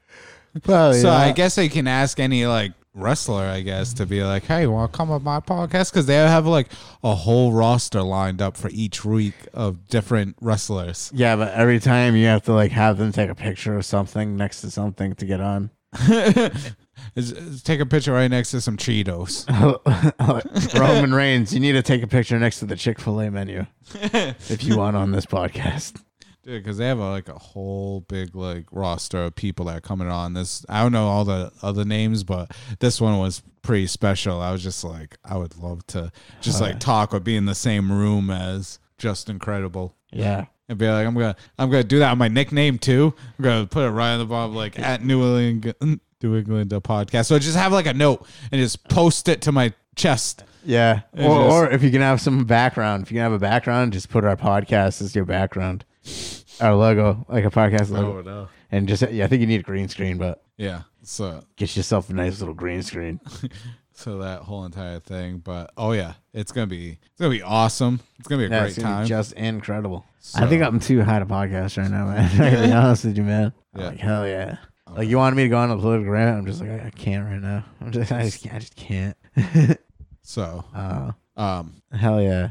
Speaker 2: probably.
Speaker 4: So I
Speaker 2: not.
Speaker 4: guess they can ask any like wrestler, I guess, to be like, "Hey, want to come on my podcast?" Because they have like a whole roster lined up for each week of different wrestlers.
Speaker 2: Yeah, but every time you have to like have them take a picture of something next to something to get on. (laughs)
Speaker 4: Is- is Take a picture right next to some Cheetos.
Speaker 2: Roman Reigns, you need to take a picture next to the Chick Fil
Speaker 4: (laughs)
Speaker 2: A menu if you want on this podcast.
Speaker 4: Dude, because they have a, like a whole big like roster of people that are coming on. This I don't know all the other names, but this one was pretty special. I was just like, I would love to just like talk or be in the same room as just incredible.
Speaker 2: Yeah,
Speaker 4: And be like, I'm gonna I'm gonna do that on my nickname too. I'm gonna put it right on the bottom, like at New England New England the podcast. So just have like a note and just post it to my chest.
Speaker 2: yeah.
Speaker 4: It's
Speaker 2: Or,
Speaker 4: just-
Speaker 2: or if you can have some background, if you can have a background, just put our podcast as your background, our logo, like a podcast logo,
Speaker 4: Oh, no.
Speaker 2: and just yeah. I think you need a green screen, but
Speaker 4: Yeah. So
Speaker 2: get yourself a nice little green screen.
Speaker 4: so that whole entire thing. But oh yeah, it's gonna be it's gonna be awesome. It's gonna be a
Speaker 2: Yeah,
Speaker 4: great
Speaker 2: it's gonna be
Speaker 4: time.
Speaker 2: just incredible.
Speaker 4: So-
Speaker 2: I think I'm too high to podcast right now, man. (laughs) I gotta be honest with you, man. I'm
Speaker 4: Yeah.
Speaker 2: like hell yeah. Like you wanted me to go on a political rant, I'm just like I, I can't right now. (laughs) I'm just I just can't, I just can't. (laughs)
Speaker 4: so
Speaker 2: Uh,
Speaker 4: um
Speaker 2: hell yeah.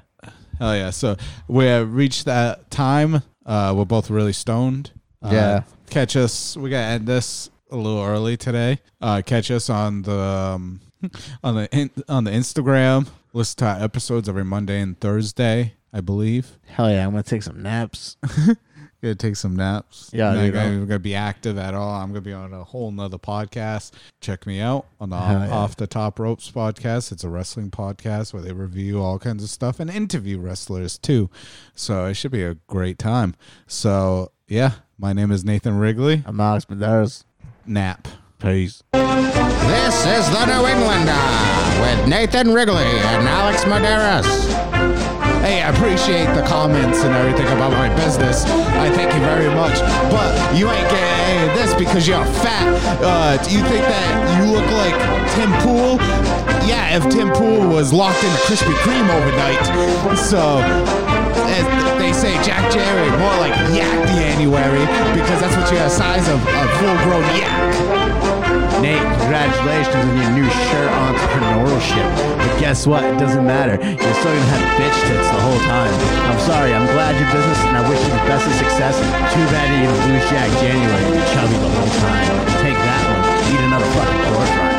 Speaker 4: hell yeah. So we have reached that time. Uh we're both really stoned. Uh,
Speaker 2: Yeah.
Speaker 4: Catch us we gotta end this a little early today. Uh catch us on the um, (laughs) on the in, on the Instagram. Listen to our episodes every Monday and Thursday, I believe.
Speaker 2: Hell yeah, I'm gonna take some naps. (laughs)
Speaker 4: Gonna take some naps.
Speaker 2: Yeah,
Speaker 4: Not
Speaker 2: there you
Speaker 4: gonna,
Speaker 2: go.
Speaker 4: even gonna be active at all. I'm gonna be on a whole nother podcast. Check me out on the
Speaker 2: Hell yeah.
Speaker 4: Off the Top Ropes podcast. It's a wrestling podcast where they review all kinds of stuff and interview wrestlers too. So it should be a great time. So yeah, my name is Nathan Wrigley.
Speaker 2: I'm Alex Medeiros.
Speaker 4: Nap.
Speaker 2: Peace.
Speaker 1: This is the New Englander with Nathan Wrigley and Alex Maderas.
Speaker 3: Hey, I appreciate the comments and everything about my business. I thank you very much. But you ain't getting any of this because you're fat. Uh, do you think that you look like Tim Pool? Yeah, if Tim Pool was locked in Krispy Kreme overnight. So, as they say, Jack Jerry, more like Yak January, because that's what you're a size of a full grown yak.
Speaker 2: Nate, congratulations on your new shirt entrepreneurship. But guess what? It doesn't matter. You're still gonna have bitch tits the whole time. I'm sorry. I'm glad your business, and I wish you the best of success. Too bad you're gonna lose Jack January. You're chubby the whole time. Take that one. Eat another fucking pork rind.